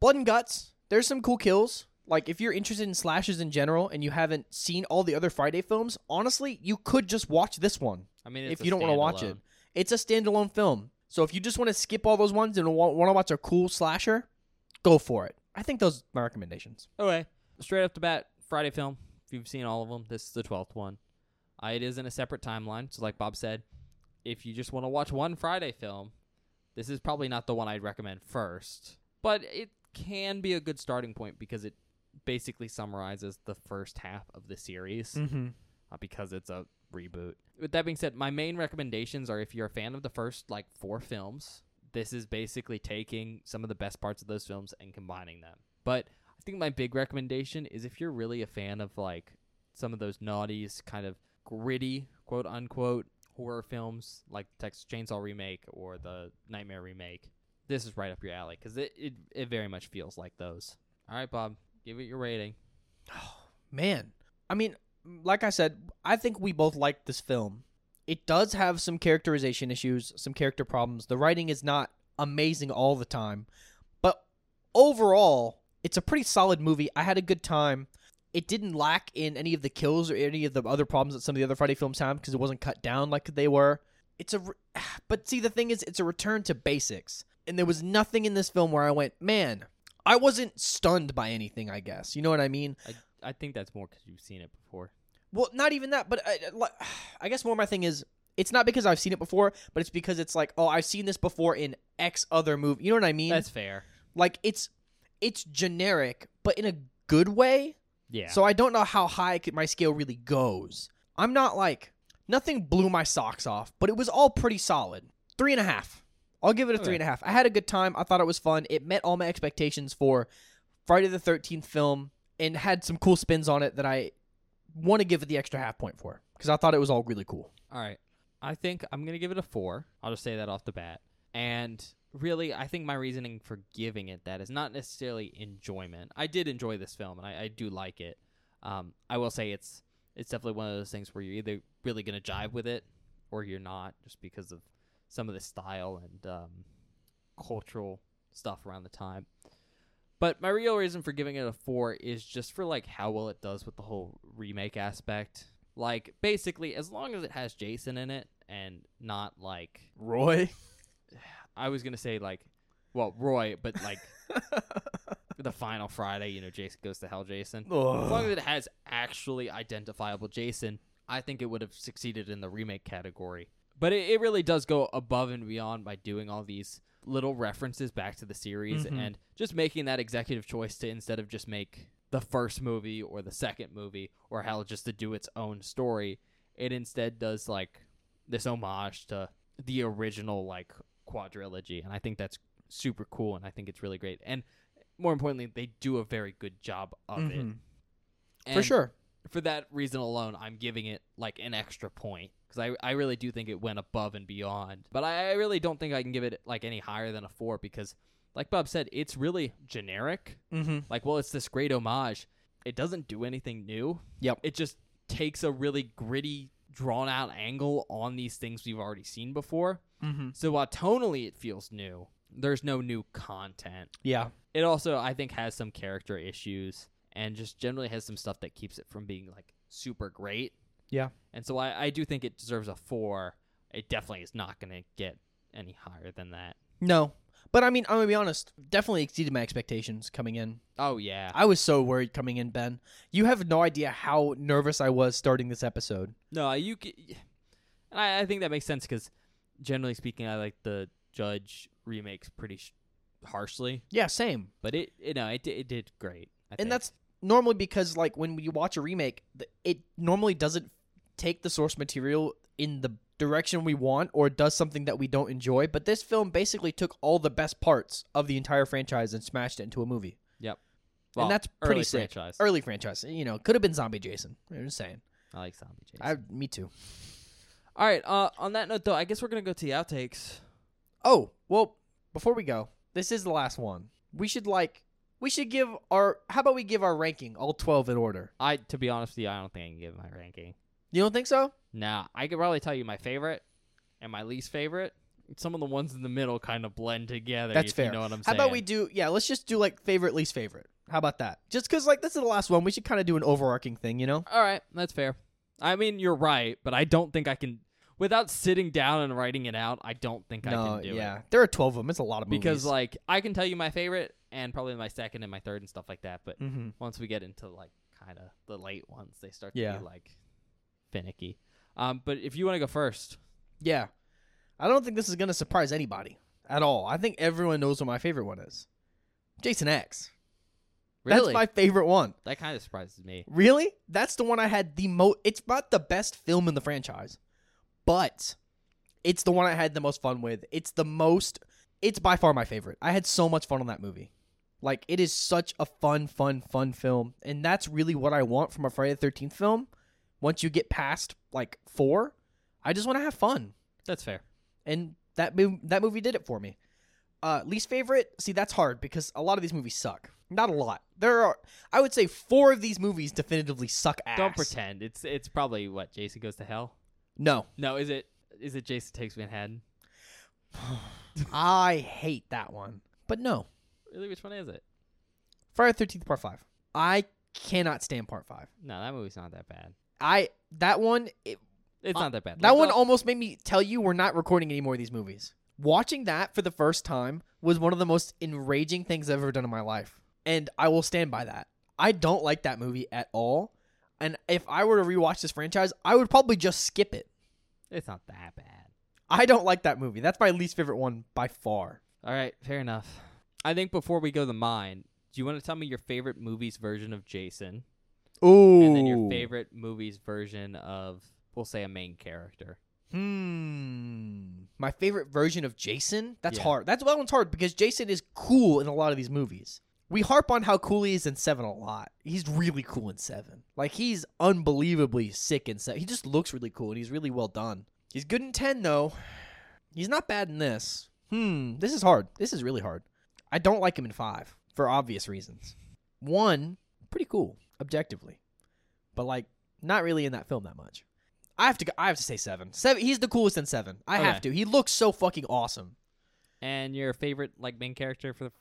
[SPEAKER 1] Blood and Guts. There's some cool kills. Like if you're interested in slashes in general and you haven't seen all the other Friday films, honestly, you could just watch this one
[SPEAKER 2] I mean,
[SPEAKER 1] if you don't want to watch it. It's a standalone film. So if you just want to skip all those ones and want to watch a cool slasher, go for it. I think those are my recommendations.
[SPEAKER 2] Okay. Straight off the bat, Friday film. If you've seen all of them, this is the twelfth one. Uh, it is in a separate timeline, so like Bob said, if you just want to watch one Friday film, this is probably not the one I'd recommend first. But it can be a good starting point because it basically summarizes the first half of the series.
[SPEAKER 1] Mm-hmm.
[SPEAKER 2] uh, because it's a reboot. With that being said, my main recommendations are if you're a fan of the first like four films, this is basically taking some of the best parts of those films and combining them. But I think my big recommendation is if you're really a fan of like some of those naughties kind of gritty quote unquote horror films like Texas Chainsaw remake or the Nightmare remake, this is right up your alley because it, it it very much feels like those. All right, Bob, give it your rating.
[SPEAKER 1] man i mean like i said i think we both liked this film it does have some characterization issues some character problems the writing is not amazing all the time but overall it's a pretty solid movie i had a good time it didn't lack in any of the kills or any of the other problems that some of the other friday films have because it wasn't cut down like they were it's a re- <sighs> but see the thing is it's a return to basics and there was nothing in this film where i went man i wasn't stunned by anything i guess you know what i mean
[SPEAKER 2] I I think that's more because you've seen it before.
[SPEAKER 1] well, not even that, but I, I- like, <sighs> I guess more my thing is it's not because I've seen it before, but it's because it's like, oh, I've seen this before in X other movie. You know what I mean?
[SPEAKER 2] That's fair.
[SPEAKER 1] like it's it's generic, but in a good way.
[SPEAKER 2] Yeah.
[SPEAKER 1] So I don't know how high c- my scale really goes. I'm not like nothing blew my socks off, but it was all pretty solid. Three and a half. I'll give it a
[SPEAKER 2] Okay.
[SPEAKER 1] three and a half. I had a good time. I thought it was fun. It met all my expectations for Friday the Thirteenth film and had some cool spins on it that I want to give it the extra half point for because I thought it was all really cool.
[SPEAKER 2] all right. I think I'm gonna give it a four. I'll just say that off the bat. And really, I think my reasoning for giving it that is not necessarily enjoyment. I did enjoy this film, and I, I do like it. Um, I will say it's it's definitely one of those things where you're either really gonna jive with it or you're not, just because of some of the style and um, cultural stuff around the time. But my real reason for giving it a four is just for like how well it does with the whole remake aspect. Like basically, as long as it has Jason in it and not like
[SPEAKER 1] Roy,
[SPEAKER 2] I was gonna say like, well Roy, but like the final Friday, you know, Jason goes to hell, Jason. As long as it has actually identifiable Jason, I think it would have succeeded in the remake category. But it, it really does go above and beyond by doing all these little references back to the series
[SPEAKER 1] Mhm.
[SPEAKER 2] and just making that executive choice to instead of just make the first movie or the second movie or hell just to do its own story, it instead does like this homage to the original like quadrilogy and I think that's super cool and I think it's really great. And more importantly, they do a very good job of it.
[SPEAKER 1] Mm-hmm. for
[SPEAKER 2] Mm-hmm. And
[SPEAKER 1] sure.
[SPEAKER 2] for that reason alone, I'm giving it like an extra point because I, I really do think it went above and beyond. But I, I really don't think I can give it like any higher than a four because like Bob said, it's really generic.
[SPEAKER 1] Mm-hmm.
[SPEAKER 2] Like, well, it's this great homage. It doesn't do anything new.
[SPEAKER 1] Yep.
[SPEAKER 2] It just takes a really gritty, drawn out angle on these things we've already seen before.
[SPEAKER 1] Mm-hmm.
[SPEAKER 2] So while tonally it feels new, there's no new content.
[SPEAKER 1] Yeah.
[SPEAKER 2] It also, I think, has some character issues and just generally has some stuff that keeps it from being like super great.
[SPEAKER 1] Yeah.
[SPEAKER 2] And so I, I do think it deserves a four. It definitely is not going to get any higher than that.
[SPEAKER 1] No. But I mean, I'm gonna be honest. Definitely exceeded my expectations coming in.
[SPEAKER 2] Oh, yeah.
[SPEAKER 1] I was so worried coming in, Ben. You have no idea how nervous I was starting this episode.
[SPEAKER 2] No, you c and I, I think that makes sense because, generally speaking, I like the Judge remakes pretty sh- harshly,
[SPEAKER 1] Yeah, same.
[SPEAKER 2] but it, you know, it di- it did great. I think.
[SPEAKER 1] And that's normally because, like, when you watch a remake, th- it normally doesn't take the source material in the direction we want or does something that we don't enjoy. But this film basically took all the best parts of the entire franchise and smashed it into a movie.
[SPEAKER 2] Well,
[SPEAKER 1] that's pretty
[SPEAKER 2] early
[SPEAKER 1] sick.
[SPEAKER 2] Franchise.
[SPEAKER 1] Early franchise, you know, could have been Zombie Jason. I'm just saying.
[SPEAKER 2] I like Zombie Jason.
[SPEAKER 1] I, me too.
[SPEAKER 2] All right. Uh, on that note, though, I guess we're gonna go to the outtakes.
[SPEAKER 1] Oh, well, before we go, this is the last one. We should like we should give our how about we give our ranking all 12 in order.
[SPEAKER 2] I, to be honest with you, I don't think I can give my ranking.
[SPEAKER 1] You don't think so?
[SPEAKER 2] Now, I could probably tell you my favorite and my least favorite. Some of the ones in the middle kind of blend together.
[SPEAKER 1] That's
[SPEAKER 2] if
[SPEAKER 1] fair.
[SPEAKER 2] You know what I'm
[SPEAKER 1] how
[SPEAKER 2] saying?
[SPEAKER 1] about we do yeah, let's just do like favorite least favorite. How about that? Just cuz like this is the last one, we should kind of do an overarching thing, you know?
[SPEAKER 2] All right, that's fair. I mean, you're right, but I don't think I can without sitting down and writing it out. I don't think I
[SPEAKER 1] no,
[SPEAKER 2] can do
[SPEAKER 1] yeah.
[SPEAKER 2] it
[SPEAKER 1] There are 12 of them. It's a lot of movies.
[SPEAKER 2] because like I can tell you my favorite and probably my second and my third and stuff like that. But
[SPEAKER 1] mm-hmm.
[SPEAKER 2] once we get into like kind of the late ones, they start
[SPEAKER 1] Yeah.
[SPEAKER 2] to be like finicky. Um, but if you want to go first,
[SPEAKER 1] Yeah. I don't think this is going to surprise anybody at all. I think everyone knows what my favorite one is. Jason X.
[SPEAKER 2] really,
[SPEAKER 1] That's my favorite one.
[SPEAKER 2] that kind of surprises me.
[SPEAKER 1] Really? That's the one I had the most. It's not the best film in the franchise, but it's the one I had the most fun with. It's the most. It's by far my favorite. I had so much fun on that movie. Like, it is such a fun, fun, fun film. And that's really what I want from a Friday the 13th film. Once you get past, like, four, I just want to have fun
[SPEAKER 2] That's fair.
[SPEAKER 1] and that mov- that movie did it for me. Uh, least favorite? See, that's hard because a lot of these movies suck. Not a lot. There are, I would say, four of these movies definitively suck ass.
[SPEAKER 2] Don't pretend. It's it's probably what Jason goes to hell.
[SPEAKER 1] No,
[SPEAKER 2] No, is it is it Jason takes Manhattan?
[SPEAKER 1] I hate that one. But no,
[SPEAKER 2] Really, which one is it?
[SPEAKER 1] Friday Thirteenth Part Five. I cannot stand Part Five.
[SPEAKER 2] No, that movie's not that bad.
[SPEAKER 1] I that one it,
[SPEAKER 2] It's
[SPEAKER 1] Uh,
[SPEAKER 2] not that bad.
[SPEAKER 1] that
[SPEAKER 2] Let's
[SPEAKER 1] one
[SPEAKER 2] not-
[SPEAKER 1] almost made me tell you we're not recording any more of these movies. Watching that for the first time was one of the most enraging things I've ever done in my life. And I will stand by that. I don't like that movie at all. And if I were to rewatch this franchise, I would probably just skip it.
[SPEAKER 2] It's not that bad.
[SPEAKER 1] I don't like that movie. That's my least favorite one by far.
[SPEAKER 2] All right, fair enough. I think before we go to mine, do you want to tell me your favorite movies version of Jason,
[SPEAKER 1] Ooh.
[SPEAKER 2] and then your favorite movies version of, we'll say, a main character?
[SPEAKER 1] Hmm. My favorite version of Jason? That's
[SPEAKER 2] Yeah.
[SPEAKER 1] hard. That's that one's hard because Jason is cool in a lot of these movies. We harp on how cool he is in Seven a lot. He's really cool in Seven. Like he's unbelievably sick in Seven. He just looks really cool and he's really well done. He's good in Ten though. He's not bad in this. Hmm. This is hard. This is really hard. I don't like him in Five for obvious reasons. One, pretty cool objectively, but like not really in that film that much. I have to. Go, I have to say seven. Seven. He's the coolest in seven. I have to.
[SPEAKER 2] Okay.
[SPEAKER 1] He looks so fucking awesome.
[SPEAKER 2] And your favorite like main character for the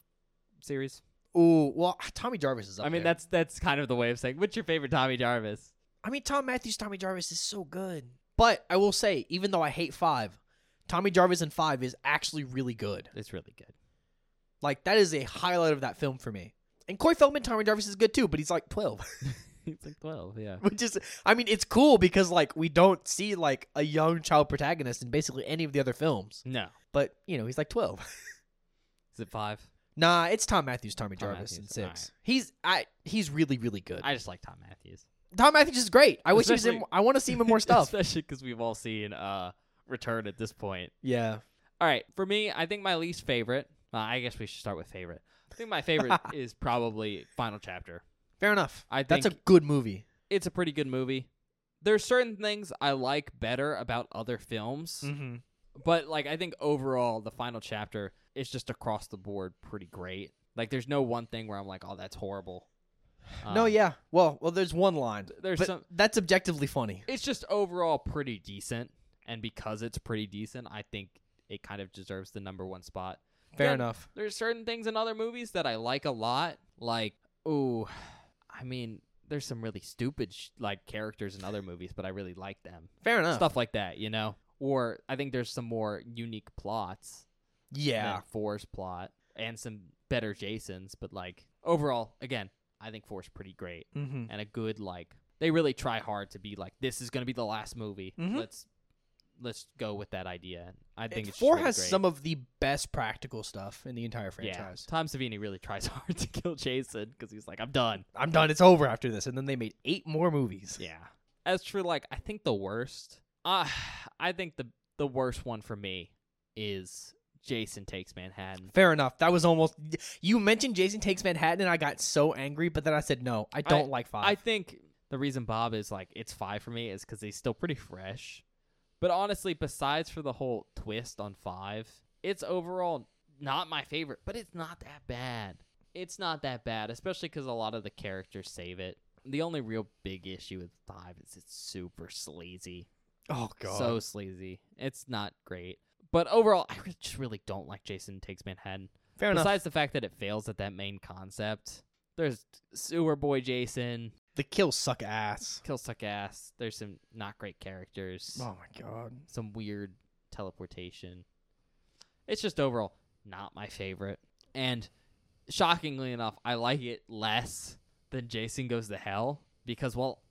[SPEAKER 2] series?
[SPEAKER 1] Ooh. Well, <sighs> Tommy Jarvis is. Up
[SPEAKER 2] I mean,
[SPEAKER 1] there.
[SPEAKER 2] that's that's kind of the way of saying what's your favorite Tommy Jarvis?
[SPEAKER 1] I mean, Tom Matthews, Tommy Jarvis is so good. But I will say, even though I hate five, Tommy Jarvis in five is actually really good.
[SPEAKER 2] It's really good.
[SPEAKER 1] Like that is a highlight of that film for me. And Corey Feldman, Tommy Jarvis is good too, but he's like twelve.
[SPEAKER 2] <laughs>
[SPEAKER 1] <laughs>
[SPEAKER 2] He's like twelve, yeah.
[SPEAKER 1] which is i mean it's cool because like we don't see like a young child protagonist in basically any of the other films
[SPEAKER 2] No,
[SPEAKER 1] but you know he's like 12
[SPEAKER 2] is it five?
[SPEAKER 1] <laughs> nah it's tom matthews tommy
[SPEAKER 2] Tom
[SPEAKER 1] jarvis in
[SPEAKER 2] Matthews,
[SPEAKER 1] six
[SPEAKER 2] alright.
[SPEAKER 1] he's i he's really really good
[SPEAKER 2] I just like Tom
[SPEAKER 1] <laughs>
[SPEAKER 2] Matthews.
[SPEAKER 1] tom matthews is great i wish he was in
[SPEAKER 2] Especially-
[SPEAKER 1] i want to see him
[SPEAKER 2] <laughs>
[SPEAKER 1] in more stuff
[SPEAKER 2] especially because we've all seen uh Return at this point.
[SPEAKER 1] yeah
[SPEAKER 2] All right, for me, I think my least favorite. Uh, I guess we should start with favorite. I think
[SPEAKER 1] <laughs>
[SPEAKER 2] my favorite is probably Final Chapter.
[SPEAKER 1] fair enough
[SPEAKER 2] I think
[SPEAKER 1] that's a good movie
[SPEAKER 2] it's a pretty good movie. There's certain things I like better about other films,
[SPEAKER 1] mm-hmm.
[SPEAKER 2] but like I think overall, the Final Chapter it's just across the board pretty great. Like there's no one thing where I'm like, oh, that's horrible.
[SPEAKER 1] no,
[SPEAKER 2] Um,
[SPEAKER 1] yeah. Well, well, there's one line.
[SPEAKER 2] there's
[SPEAKER 1] but
[SPEAKER 2] some-
[SPEAKER 1] that's objectively funny.
[SPEAKER 2] It's just overall pretty decent, and because it's pretty decent, I think it kind of deserves the number one spot.
[SPEAKER 1] Fair
[SPEAKER 2] Then
[SPEAKER 1] enough.
[SPEAKER 2] There's certain things in other movies that I like a lot, like ooh, <sighs> I mean, there's some really stupid sh- like characters in other movies, but I really like them.
[SPEAKER 1] Fair enough.
[SPEAKER 2] Stuff like that, you know. Or I think there's some more unique plots
[SPEAKER 1] Yeah.
[SPEAKER 2] than four's plot and some better Jasons, but like overall, again, I think four's pretty great
[SPEAKER 1] Mm-hmm.
[SPEAKER 2] and a good like they really try hard to be like this is gonna be the last movie.
[SPEAKER 1] Mhm.
[SPEAKER 2] Let's let's go with that idea. I think it's
[SPEAKER 1] Four
[SPEAKER 2] really
[SPEAKER 1] has
[SPEAKER 2] great.
[SPEAKER 1] some of the best practical stuff in the entire
[SPEAKER 2] yeah.
[SPEAKER 1] franchise.
[SPEAKER 2] Tom Savini really tries <laughs> hard to kill Jason because he's like I'm done.
[SPEAKER 1] I'm done. It's over after this. And then they made eight more movies.
[SPEAKER 2] Yeah. As for like, I think the worst. Uh, <sighs> I think the the worst one for me is Jason Takes Manhattan.
[SPEAKER 1] Fair enough. That was almost. You mentioned Jason Takes Manhattan, and I got so angry, but then I said, no, I don't like five.
[SPEAKER 2] I think the reason Bob is like it's five for me is because he's still pretty fresh. But honestly, besides for the whole twist on five, it's overall not my favorite. But it's not that bad. It's not that bad, especially because a lot of the characters save it. The only real big issue with five is it's super sleazy,
[SPEAKER 1] oh, God.
[SPEAKER 2] so sleazy. It's not great. But overall, I re- just really don't like Jason Takes Manhattan.
[SPEAKER 1] Fair enough.
[SPEAKER 2] Besides the fact that it fails at that main concept, there's sewer boy Jason
[SPEAKER 1] the kills suck ass.
[SPEAKER 2] kill suck ass. There's some not great characters.
[SPEAKER 1] Oh, my God.
[SPEAKER 2] Some weird teleportation. It's just overall not my favorite. And shockingly enough, I like it less than Jason Goes to Hell because well,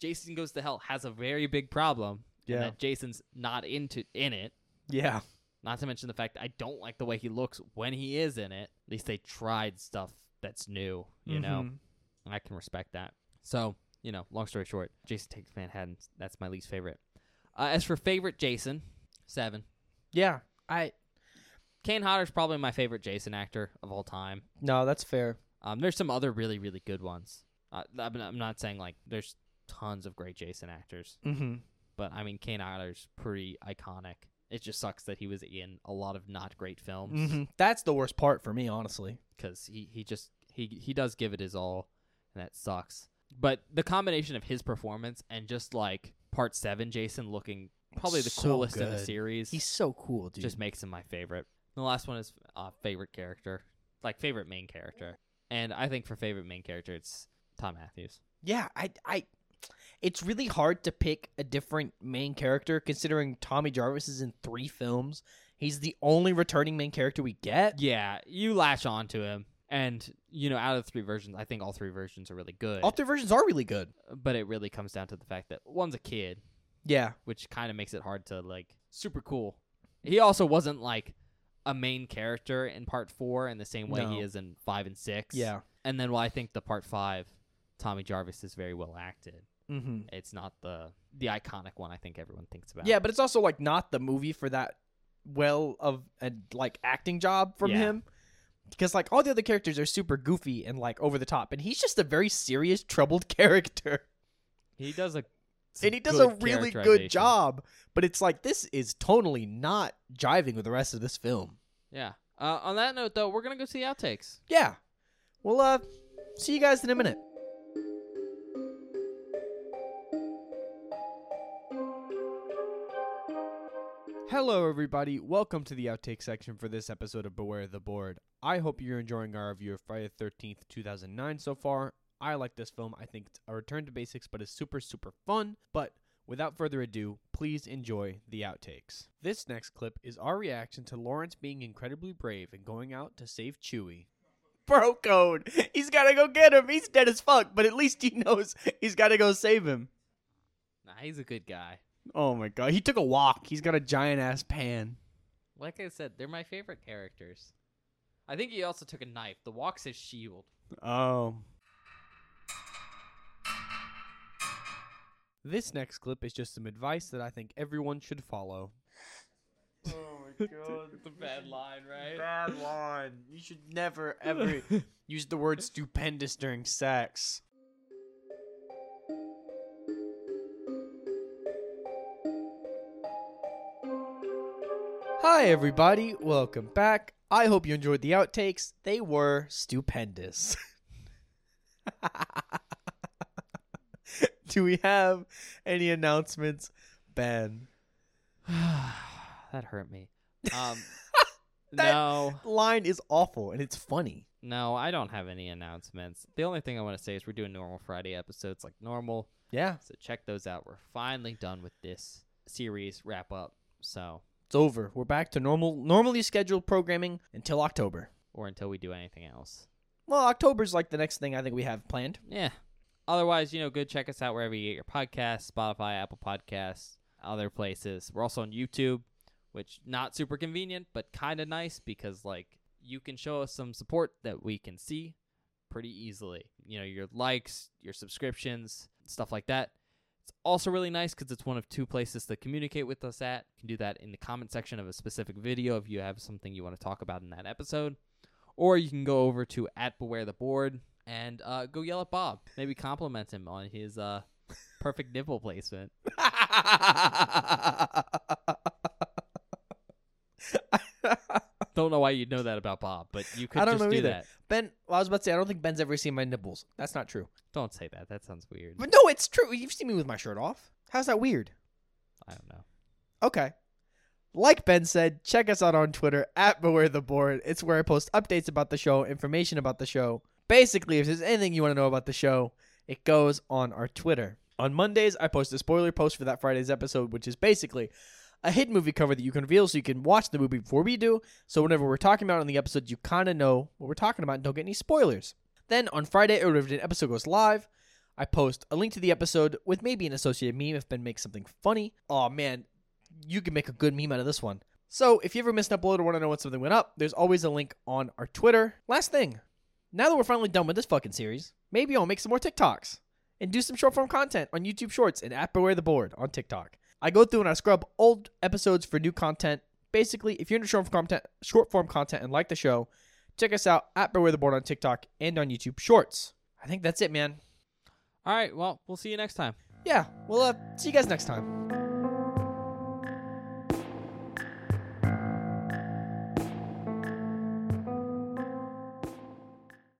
[SPEAKER 2] Jason Goes to Hell has a very big problem in
[SPEAKER 1] Yeah.
[SPEAKER 2] that Jason's not into in it.
[SPEAKER 1] Yeah.
[SPEAKER 2] Not to mention the fact I don't like the way he looks when he is in it. At least they tried stuff that's new, you know.
[SPEAKER 1] Mhm.
[SPEAKER 2] I can respect that. So, you know, long story short, Jason Takes Manhattan. That's my least favorite. Uh, as for favorite Jason, seven.
[SPEAKER 1] Yeah. I.
[SPEAKER 2] Kane Hodder's probably my favorite Jason actor of all time.
[SPEAKER 1] No, that's fair.
[SPEAKER 2] Um, there's some other really, really good ones. Uh, I'm, I'm not saying like there's tons of great Jason actors,
[SPEAKER 1] Mm-hmm.
[SPEAKER 2] but I mean Kane Hodder's pretty iconic. It just sucks that he was in a lot of not great films
[SPEAKER 1] hmm That's the worst part for me, honestly.
[SPEAKER 2] because he, he just he he does give it his all, and that sucks. But the combination of his performance and just like part seven Jason looking probably the
[SPEAKER 1] So
[SPEAKER 2] coolest in the
[SPEAKER 1] good.
[SPEAKER 2] series
[SPEAKER 1] He's so cool, dude.
[SPEAKER 2] just makes him my favorite. And the last one is uh, favorite character, like favorite main character, and I think for favorite main character it's Tom Matthews.
[SPEAKER 1] Yeah, I, I, it's really hard to pick a different main character considering Tommy Jarvis is in three films. He's the only returning main character we get.
[SPEAKER 2] Yeah, you latch on to him, and you know out of the three versions, I think all three versions are really good.
[SPEAKER 1] All three versions are really good.
[SPEAKER 2] but it really comes down to the fact that one's a kid,
[SPEAKER 1] Yeah,
[SPEAKER 2] which kind of makes it hard to like super cool. He also wasn't like a main character in part four in the same way he
[SPEAKER 1] No.
[SPEAKER 2] is in five and six.
[SPEAKER 1] yeah.
[SPEAKER 2] And then well, I think the part five, Tommy Jarvis is very well acted.
[SPEAKER 1] Mm-hmm.
[SPEAKER 2] It's not the the iconic one I think everyone thinks about.
[SPEAKER 1] Yeah, but it's also like not the movie for that well of a like acting job from
[SPEAKER 2] Yeah.
[SPEAKER 1] him. Because like all the other characters are super goofy and like over the top, and he's just a very serious, troubled <laughs> character.
[SPEAKER 2] He does a
[SPEAKER 1] and he does a really good job. But it's like this is totally not jiving with the rest of this film.
[SPEAKER 2] Yeah. Uh, on that note, though, we're gonna go see the outtakes.
[SPEAKER 1] Yeah. Well, uh, see you guys in a minute. Hello, everybody. Welcome to the outtake section for this episode of Beware the Board. I hope you're enjoying our review of Friday the 13th, 2009 so far. I like this film. I think it's a return to basics, but it's super, super fun. But without further ado, please enjoy the outtakes. This next clip is our reaction to Lawrence being incredibly brave and going out to save Chewie. Bro code. He's gotta go get him. He's dead as fuck, but at least he knows he's gotta go save him.
[SPEAKER 2] Nah, he's a good guy.
[SPEAKER 1] Oh my god. He took a walk. He's got a giant ass pan.
[SPEAKER 2] Like I said, they're my favorite characters. I think he also took a knife. The walk's his shield.
[SPEAKER 1] Oh. This next clip is just some advice that I think everyone should follow.
[SPEAKER 2] <laughs> It's a bad line, right?
[SPEAKER 1] Oh Bad one. You should never,
[SPEAKER 2] <laughs>
[SPEAKER 1] ever use the word stupendous during sex. Hi, everybody. Welcome back. I hope you enjoyed the outtakes. They were stupendous. <laughs> Do we have any announcements, Ben?
[SPEAKER 2] <sighs> that hurt me. Um,
[SPEAKER 1] That-
[SPEAKER 2] no,
[SPEAKER 1] Line is awful and it's funny.
[SPEAKER 2] no, I don't have any announcements. The only thing I want to say is we're doing normal Friday episodes like normal.
[SPEAKER 1] Yeah,
[SPEAKER 2] So check those out. We're finally done with this series wrap up. So,
[SPEAKER 1] it's over. We're back to normal, normally scheduled programming until October.
[SPEAKER 2] or until we do anything else.
[SPEAKER 1] Well, October's like the next thing I think we have planned.
[SPEAKER 2] Yeah. Otherwise, you know, go check us out wherever you get your podcasts, Spotify, Apple Podcasts, other places. We're also on YouTube, which not super convenient, but kind of nice because like you can show us some support that we can see pretty easily. You know, your likes, your subscriptions, stuff like that. It's also really nice because it's one of two places to communicate with us at. You can do that in the comment section of a specific video if you have something you want to talk about in that episode. Or you can go over to at Beware the Board and uh, go yell at Bob. Maybe compliment him on his uh, perfect nipple placement.
[SPEAKER 1] <laughs>
[SPEAKER 2] Don't know why you'd know that about Bob, but you could
[SPEAKER 1] I don't
[SPEAKER 2] just
[SPEAKER 1] know
[SPEAKER 2] do
[SPEAKER 1] either.
[SPEAKER 2] that.
[SPEAKER 1] ben, well, I was about to say, I don't think Ben's ever seen my nipples. That's not true.
[SPEAKER 2] Don't say that. That sounds weird.
[SPEAKER 1] But no, it's true. You've seen me with my shirt off. How's that weird?
[SPEAKER 2] I don't know.
[SPEAKER 1] Okay. Like Ben said, check us out on Twitter at Beware the Board. It's where I post updates about the show, information about the show. Basically, if there's anything you want to know about the show, it goes on our Twitter. On Mondays, I post a spoiler post for that Friday's episode, which is basically a hidden movie cover that you can reveal so you can watch the movie before we do. So whenever we're talking about it on the episode, you kind of know what we're talking about and don't get any spoilers. Then on Friday, or if an episode goes live, I post a link to the episode with maybe an associated meme if Ben makes something funny. Oh man, you can make a good meme out of this one. So if you ever missed an upload or want to know when something went up, there's always a link on our Twitter. Last thing, now that we're finally done with this fucking series, maybe I'll make some more TikToks and do some short form content on YouTube Shorts and at Beware the Board on TikTok. I go through and I scrub old episodes for new content. Basically, if you're into short form content, short form content and like the show, check us out at Beware the Board on TikTok and on YouTube Shorts. I think that's it, man.
[SPEAKER 2] All right. Well, we'll see you next time.
[SPEAKER 1] Yeah, well, uh, see you guys next time.